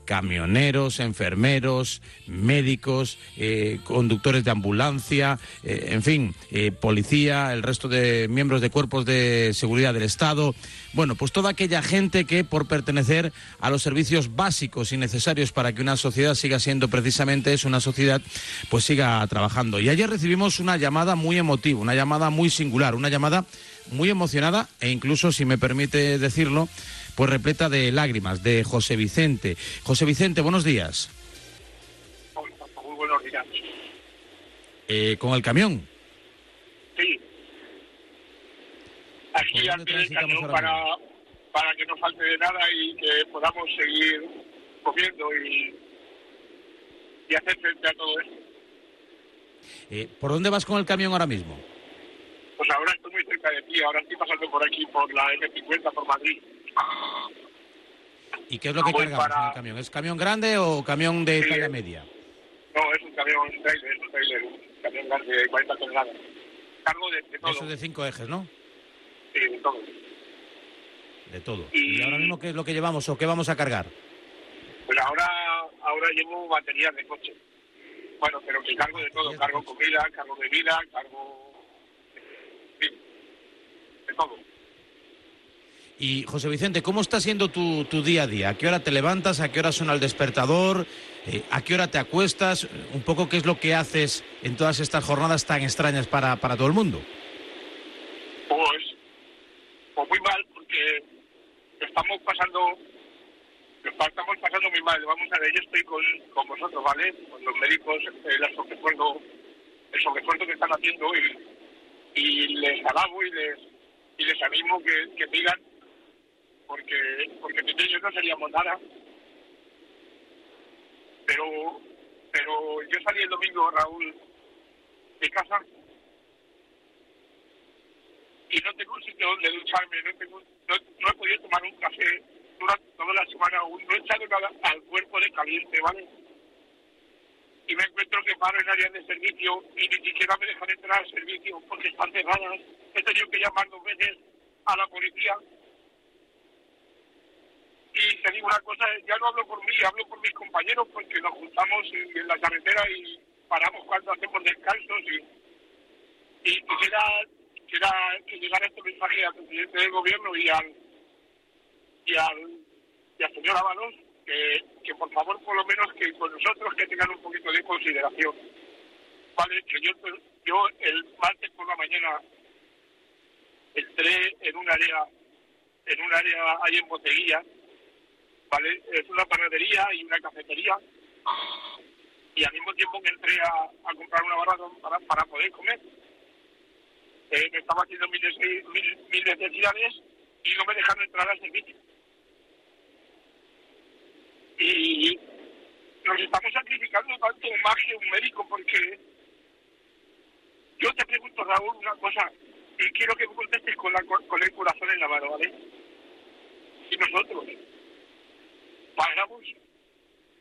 Speaker 20: Camioneros, enfermeros, médicos, eh, conductores de ambulancia, eh, en fin, eh, policía, el resto de miembros de cuerpos de seguridad del Estado. Bueno, pues toda aquella gente que por pertenecer a los servicios básicos y necesarios para que una sociedad siga siendo precisamente es una sociedad, pues siga trabajando. Y ayer recibimos una llamada muy emotiva, una llamada muy singular, una llamada muy emocionada e incluso, si me permite decirlo, pues repleta de lágrimas, de José Vicente. José Vicente, buenos días.
Speaker 5: Muy buenos días.
Speaker 20: Eh, con el camión.
Speaker 5: Sí. Aquí al pie del cañón para, para que no falte de nada y que podamos seguir comiendo y, y hacer frente a todo esto.
Speaker 20: Eh, ¿Por dónde vas con el camión ahora mismo?
Speaker 5: Pues ahora estoy muy cerca de ti, ahora estoy pasando por aquí, por la M50, por Madrid.
Speaker 20: ¿Y qué es lo que
Speaker 5: Voy
Speaker 20: cargamos
Speaker 5: para-
Speaker 20: en el camión? ¿Es camión grande o camión de talla media?
Speaker 5: No, es un camión, un trailer, es un trailer, un camión grande de 40 toneladas. Cargo de, de todo,
Speaker 20: Eso es de cinco ejes, ¿no?
Speaker 5: sí, de todo.
Speaker 20: De todo. ¿Y ahora mismo qué es lo que llevamos o qué vamos a cargar?
Speaker 5: Pues ahora, ahora llevo baterías de coche. Bueno, pero que cargo de todo, cargo comida, cargo bebida, cargo... en fin, de todo.
Speaker 20: Y José Vicente, ¿cómo está siendo tu, tu día a día? ¿A qué hora te levantas? ¿A qué hora suena el despertador? Eh, ¿A qué hora te acuestas? Un poco qué es lo que haces en todas estas jornadas tan extrañas para, para todo el mundo.
Speaker 5: Pues, pues muy mal, porque lo estamos pasando, lo pa- estamos pasando muy mal. Vamos a ver, yo estoy con, con vosotros, ¿vale? Con los médicos, eh, el sobreesfuerzo, el sobreesfuerzo que están haciendo y, y les alabo y les, y les animo que, que sigan, porque, porque sin ellos no seríamos nada. Pero, pero yo salí el domingo, Raúl, de casa y no tengo un sitio donde ducharme, no, tengo, no, no he podido tomar un café durante toda la semana, aún no he echado nada al cuerpo de caliente, ¿vale? Y me encuentro que paro en áreas de servicio y ni siquiera me dejan entrar al servicio porque están cerradas. He tenido que llamar dos veces a la policía. Y te digo una cosa, ya no hablo por mí, hablo por mis compañeros porque nos juntamos y- en la carretera y paramos cuando hacemos descansos y, y quisiera quisiera que llegara este mensaje al presidente del gobierno y al y al, y al señor Ábalos que, que por favor por lo menos que con nosotros que tengan un poquito de consideración vale que yo pues, yo el martes por la mañana entré en un área en un área ahí en Boteguilla vale es una panadería y una cafetería y al mismo tiempo que entré a, a comprar una barra para, para poder comer eh, me estaba haciendo mil, dese- mil, mil necesidades y no me dejaron entrar al servicio. Y nos estamos sacrificando tanto más que un médico porque yo te pregunto, Raúl, una cosa y quiero que me contestes con, la, cor- con el corazón en la mano, ¿vale? Si nosotros pagamos,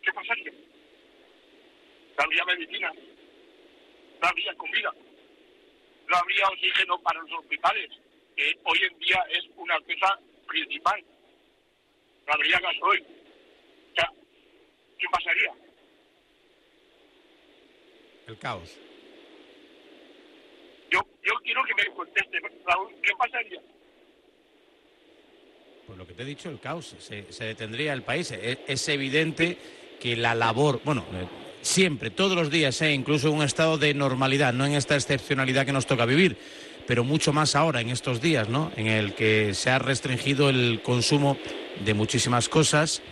Speaker 5: ¿qué pasaría? No habría medicina, no habría comida no habría oxígeno para los hospitales, que hoy en día es una cosa principal. No habría gasoil. O sea, ¿qué pasaría?
Speaker 20: El caos.
Speaker 5: Yo, yo quiero que me conteste, Raúl, ¿qué pasaría?
Speaker 20: Pues lo que te he dicho, el caos. Se, se detendría el país. Es, es evidente que la labor, bueno, eh, siempre, todos los días, eh, incluso en un estado de normalidad, no en esta excepcionalidad que nos toca vivir, pero mucho más ahora, en estos días, ¿no? En el que se ha restringido el consumo de muchísimas cosas.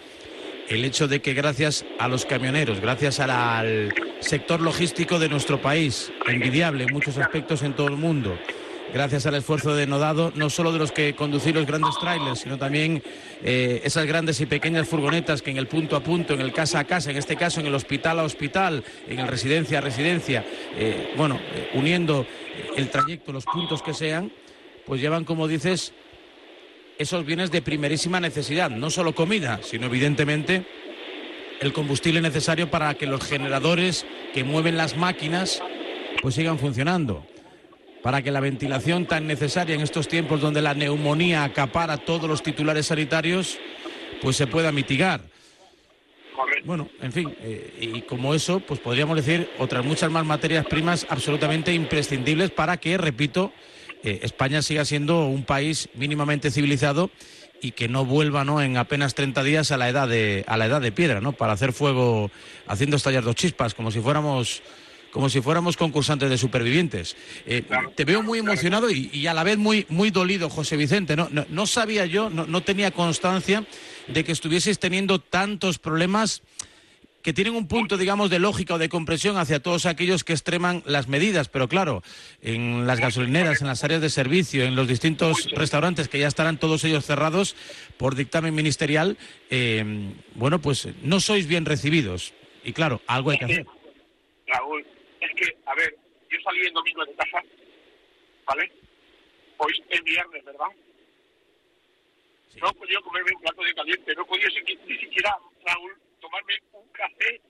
Speaker 20: el hecho de que gracias a los camioneros, gracias a la- al sector logístico de nuestro país, envidiable en muchos aspectos en todo el mundo, gracias al esfuerzo denodado, no solo de los que conducir los grandes trailers, sino también eh, esas grandes y pequeñas furgonetas que en el punto a punto, en el casa a casa, en este caso en el hospital a hospital, en el residencia a residencia, eh, bueno, eh, uniendo el trayecto, los puntos que sean, pues llevan, como dices, esos bienes de primerísima necesidad, no solo comida, sino evidentemente el combustible necesario para que los generadores que mueven las máquinas pues sigan funcionando, para que la ventilación tan necesaria en estos tiempos donde la neumonía acapara todos los titulares sanitarios pues se pueda mitigar. Bueno, en fin, eh, y como eso, pues podríamos decir otras muchas más materias primas absolutamente imprescindibles para que, repito, eh, España siga siendo un país mínimamente civilizado y que no vuelva ¿no? en apenas 30 días a la edad de a la edad de piedra, ¿no? Para hacer fuego haciendo estallar dos chispas como si fuéramos como si fuéramos concursantes de supervivientes. Eh, te veo muy emocionado y, y, a la vez muy, muy dolido, José Vicente. No, no, no sabía yo, no, no tenía constancia de que estuvieses teniendo tantos problemas que tienen un punto, digamos, de lógica o de comprensión hacia todos aquellos que extreman las medidas. Pero claro, en las gasolineras, en las áreas de servicio, en los distintos restaurantes que ya estarán todos ellos cerrados por dictamen ministerial, eh, bueno, pues no sois bien recibidos. Y claro, algo hay que hacer.
Speaker 5: Raúl, es que, a ver, yo salí el domingo de casa, ¿vale? Hoy es viernes, ¿verdad? No he podido comerme un plato de caliente, no he podido ni siquiera, Raúl, tomarme un café.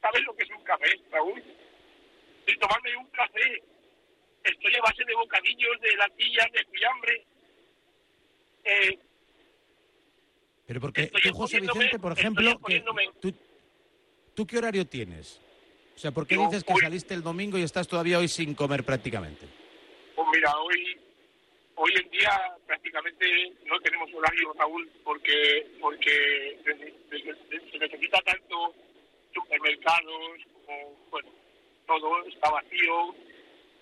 Speaker 5: ¿Sabes lo que es un café, Raúl? Sin tomarme un café. Estoy a base de bocadillos, de latillas, de fiambre. Eh,
Speaker 20: Pero porque tú, José Vicente, por ejemplo, que, ¿tú, ¿tú qué horario tienes? O sea, ¿por qué
Speaker 5: Yo
Speaker 20: dices que
Speaker 5: hoy-
Speaker 20: saliste el domingo y estás todavía hoy sin comer prácticamente?
Speaker 5: Pues mira, hoy hoy en día prácticamente no tenemos horario, Raúl, porque porque se- se- se necesita tanto supermercados, como, bueno, todo está vacío.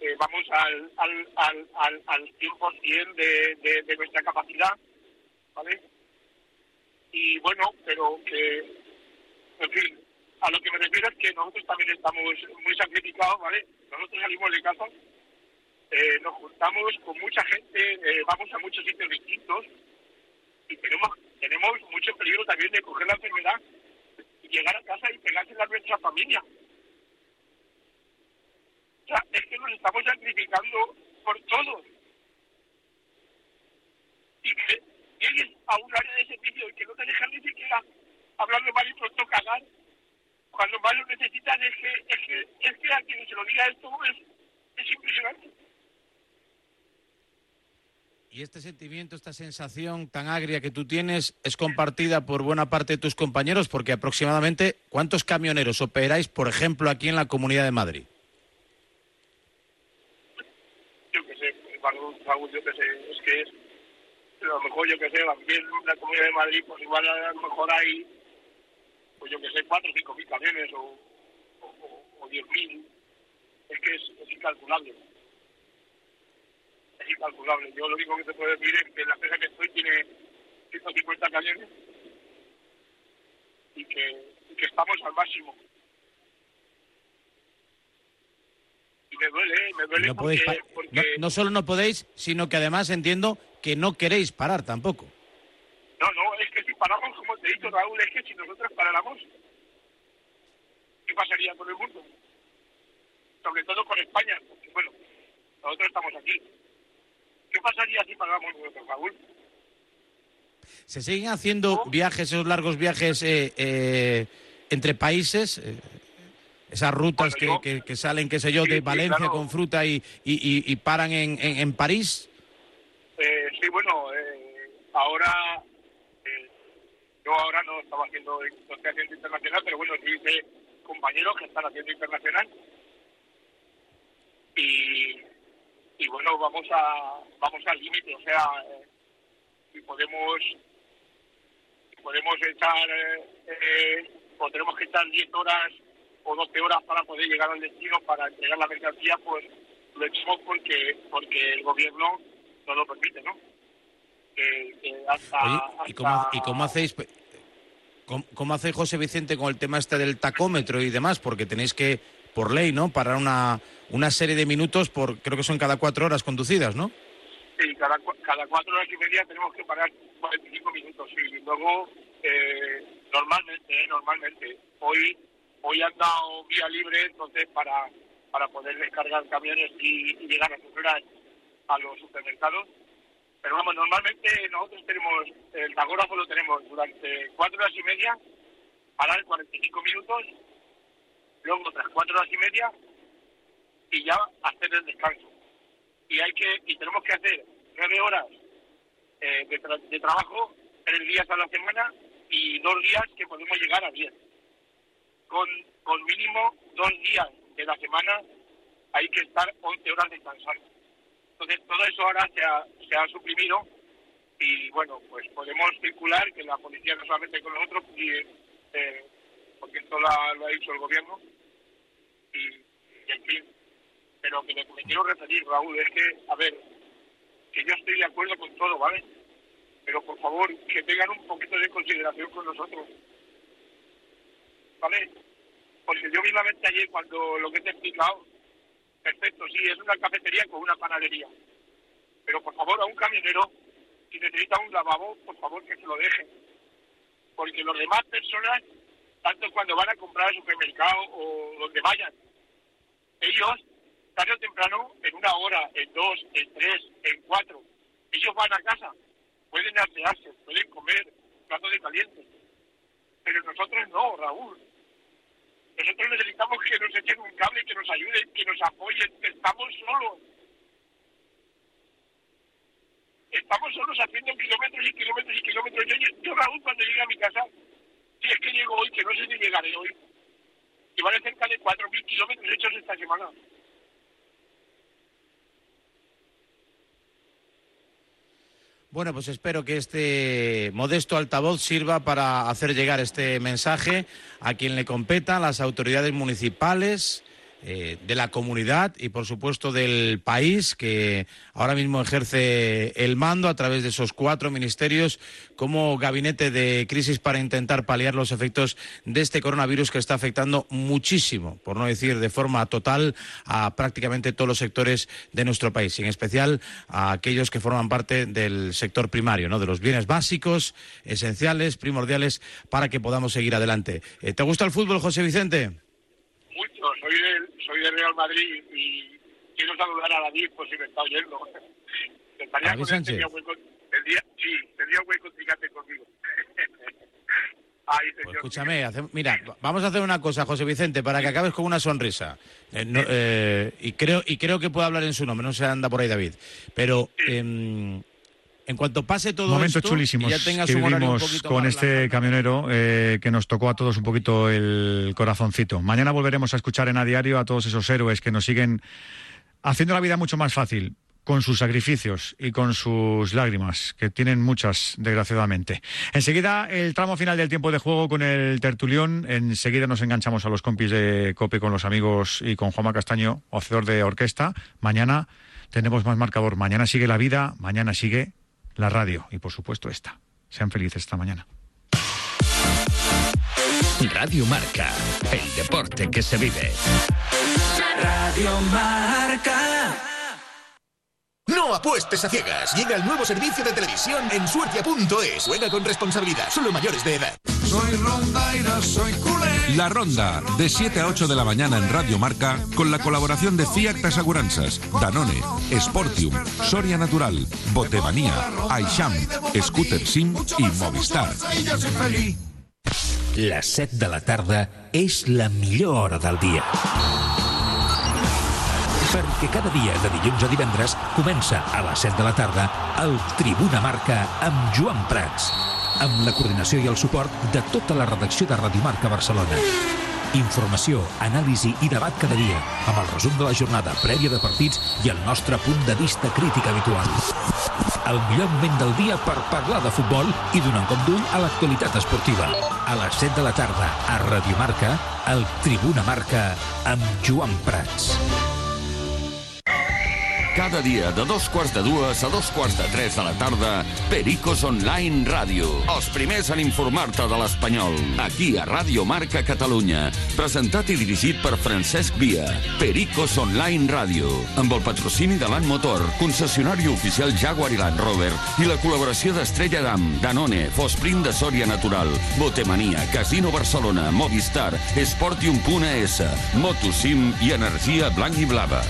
Speaker 5: eh, vamos al, al, al, al, al 100% de, de, de nuestra capacidad, ¿vale? Y bueno, pero que, en fin, a lo que me refiero es que nosotros también estamos muy sacrificados, ¿vale? Nosotros salimos de casa eh, nos juntamos con mucha gente, eh, vamos a muchos sitios distintos y tenemos tenemos mucho peligro también de coger la enfermedad y llegar a casa y pegársela a nuestra familia. O sea, es que nos estamos sacrificando por todo. Y que llegues a un área de servicio y que no te dejan ni siquiera hablando mal y pronto cagar. Cuando más lo necesitan es que, es que, es que a quien se lo diga esto es, es impresionante.
Speaker 20: Y este sentimiento, esta sensación tan agria que tú tienes es compartida por buena parte de tus compañeros, porque aproximadamente ¿cuántos camioneros operáis, por ejemplo, aquí en la Comunidad de Madrid?
Speaker 5: yo qué sé, Raúl, Raúl, yo qué sé, es que es, a lo mejor, yo qué sé, también en la Comunidad de Madrid, pues igual a lo mejor hay, pues yo qué sé, cuatro o cinco mil camiones o, o, o- o diez mil. Es que es, es incalculable. Es incalculable. Yo lo único que te puedo decir es que la empresa que estoy tiene 150 camiones y que, y que estamos al máximo. Y me duele, ¿eh? me duele
Speaker 20: No, podéis
Speaker 5: porque,
Speaker 20: pa- no,
Speaker 5: porque
Speaker 20: no solo no podéis, sino que además entiendo que no queréis parar tampoco.
Speaker 5: No, no, es que si paramos, como te he dicho, Raúl, es que si nosotros paráramos, ¿qué pasaría con el mundo? Sobre todo con España, porque bueno, nosotros estamos aquí. ¿Qué pasaría si paramos nosotros, Raúl?
Speaker 20: ¿Se siguen haciendo viajes, esos largos viajes eh, eh, entre países? Eh, esas rutas que, que- que salen, qué sé yo, de Valencia con fruta y, y- y- y paran en, en- en París.
Speaker 5: Eh, sí, bueno, eh, ahora eh, yo ahora no estaba haciendo, no estoy haciendo internacional, pero bueno, sí hice compañeros que están haciendo internacional. Y, y bueno, vamos a vamos al límite, o sea, eh, si podemos si podemos echar, eh, eh, o tenemos que estar 10 horas o 12 horas para poder llegar al destino, para entregar la mercancía, pues lo echamos porque, porque el gobierno no lo permite, ¿no? Que- que hasta,
Speaker 20: Oye, ¿y cómo, y cómo hacéis? pe- ¿Cómo, cómo hace José Vicente con el tema este del tacómetro y demás? Porque tenéis que por ley, ¿no? Para una, una serie de minutos, por creo que son cada cuatro horas conducidas, ¿no?
Speaker 5: Sí, cada, cua- cada cuatro horas y media tenemos que parar 45 minutos. sí. Y luego, eh, normalmente, eh, normalmente, hoy hoy han dado vía libre, entonces para, para poder descargar camiones y, y llegar a sus horas a los supermercados. Pero vamos, normalmente nosotros tenemos, el tagógrafo lo tenemos durante cuatro horas y media, parar 45 minutos, luego otras cuatro horas y media y ya hacer el descanso y hay que y tenemos que hacer nueve horas eh, de, tra- de trabajo tres días a la semana y dos días que podemos llegar a diez con, con mínimo dos días de la semana hay que estar 11 horas descansando entonces todo eso ahora se ha, se ha suprimido y bueno pues podemos circular que la policía no solamente con nosotros y, eh, porque esto lo ha, lo ha dicho el gobierno y, y en fin pero que me, me quiero referir, Raúl, es que, a ver, que yo estoy de acuerdo con todo, ¿vale? Pero por favor, que tengan un poquito de consideración con nosotros, ¿vale? Porque yo mismamente ayer, cuando lo que te he explicado, perfecto, sí, es una cafetería con una panadería. Pero por favor, a un camionero, si necesita un lavabo, por favor que se lo dejen. Porque las demás personas, tanto cuando van a comprar al supermercado o donde vayan, ellos tarde o temprano, en una hora, en dos, en tres, en cuatro, ellos van a casa, pueden asearse, pueden comer plato de caliente. Pero nosotros no, Raúl. Nosotros necesitamos que nos echen un cable, que nos ayuden, que nos apoyen. Estamos solos. Estamos solos haciendo kilómetros y kilómetros y kilómetros. Yo, yo- yo, Raúl, cuando llegue a mi casa, si es que llego hoy, que no sé si llegaré hoy, que vale cerca de 4.000 kilómetros hechos esta semana.
Speaker 20: Bueno, pues espero que este modesto altavoz sirva para hacer llegar este mensaje a quien le competa, a las autoridades municipales, eh, de la comunidad y, por supuesto, del país, que ahora mismo ejerce el mando a través de esos cuatro ministerios como gabinete de crisis para intentar paliar los efectos de este coronavirus que está afectando muchísimo, por no decir de forma total, a prácticamente todos los sectores de nuestro país, y en especial a aquellos que forman parte del sector primario, ¿no? de los bienes básicos, esenciales, primordiales, para que podamos seguir adelante. Eh, ¿Te gusta el fútbol, José Vicente?
Speaker 5: mucho. Soy del, soy del Real Madrid y quiero saludar a David por si me está oyendo. Estaría
Speaker 20: David
Speaker 5: con él, tendría
Speaker 20: Sánchez.
Speaker 5: buen con- tendría- sí, tendría buen contrincante conmigo. Ay, señor.
Speaker 20: Escúchame, hace- mira, vamos a hacer una cosa, José Vicente, para que acabes con una sonrisa. Eh, no, eh, y creo y creo que puedo hablar en su nombre, no se anda por ahí David. Pero em, en cuanto pase todo
Speaker 1: Momentos
Speaker 20: esto,
Speaker 1: chulísimos
Speaker 20: y ya tengas
Speaker 1: que
Speaker 20: un horario un
Speaker 1: vivimos
Speaker 20: poquito
Speaker 1: con
Speaker 20: más
Speaker 1: este camionero eh, que nos tocó a todos un poquito el corazoncito. Mañana volveremos a escuchar en a diario a todos esos héroes que nos siguen haciendo la vida mucho más fácil con sus sacrificios y con sus lágrimas, que tienen muchas, desgraciadamente. Enseguida, el tramo final del tiempo de juego con el tertulión. Enseguida nos enganchamos a los compis de COPE con los amigos y con Juanma Castaño, hacedor de orquesta. Mañana tenemos más marcador. Mañana sigue la vida, mañana sigue la radio y, por supuesto, esta. Sean felices esta mañana.
Speaker 10: Radio Marca, el deporte que se vive.
Speaker 14: Radio Marca.
Speaker 22: No apuestes a ciegas. Llega el nuevo servicio de televisión en suecia.es. Juega con responsabilidad. Solo mayores de edad.
Speaker 23: Soy Rondaira, soy culé.
Speaker 15: La Ronda, de 7 a 8 de la mañana en Radio Marca, con la colaboración de Fiat Aseguranzas, Danone, Sportium, Soria Natural, Botemanía, Aisham, Scooter Sim y Movistar.
Speaker 23: Y yo soy feliz.
Speaker 10: Les 7 de la tarda és la millor hora del dia. Perquè cada dia de dilluns a divendres comença a les 7 de la tarda el Tribuna Marca amb Joan Prats, amb la coordinació i el suport de tota la redacció de Radio Marca Barcelona. Informació, anàlisi i debat cada dia, amb el resum de la jornada prèvia de partits i el nostre punt de vista crític habitual. El millor moment del dia per parlar de futbol i donar un cop d'ull a l'actualitat esportiva. A les 7 de la tarda, a Radio Marca, el Tribuna Marca, amb Joan Prats.
Speaker 15: Cada dia de dos quarts de dues a dos quarts de tres de la tarda, Pericos Online Ràdio. Els primers en informar-te de l'espanyol. Aquí a Ràdio Marca Catalunya. Presentat i dirigit per Francesc Via. Pericos Online Ràdio. Amb el patrocini de l'An Motor, concessionari oficial Jaguar i Land Rover i la col·laboració d'Estrella Damm, Danone, Fosprint de Sòria Natural, Botemania, Casino Barcelona, Movistar, Esportium.es, Motosim i Energia Blanc i Blava.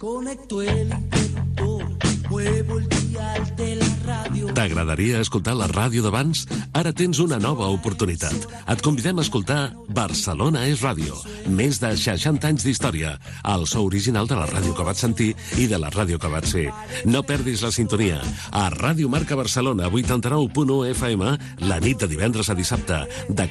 Speaker 8: Conecto el vector, muevo el dial de la radio.
Speaker 10: T'agradaria escoltar la ràdio d'abans? Ara tens una nova oportunitat. Et convidem a escoltar Barcelona és ràdio. Més de 60 anys d'història. El so original de la ràdio que vaig sentir i de la ràdio que vaig ser. No perdis la sintonia. A Ràdio Marca Barcelona, 89.1 FM, la nit de divendres a dissabte, de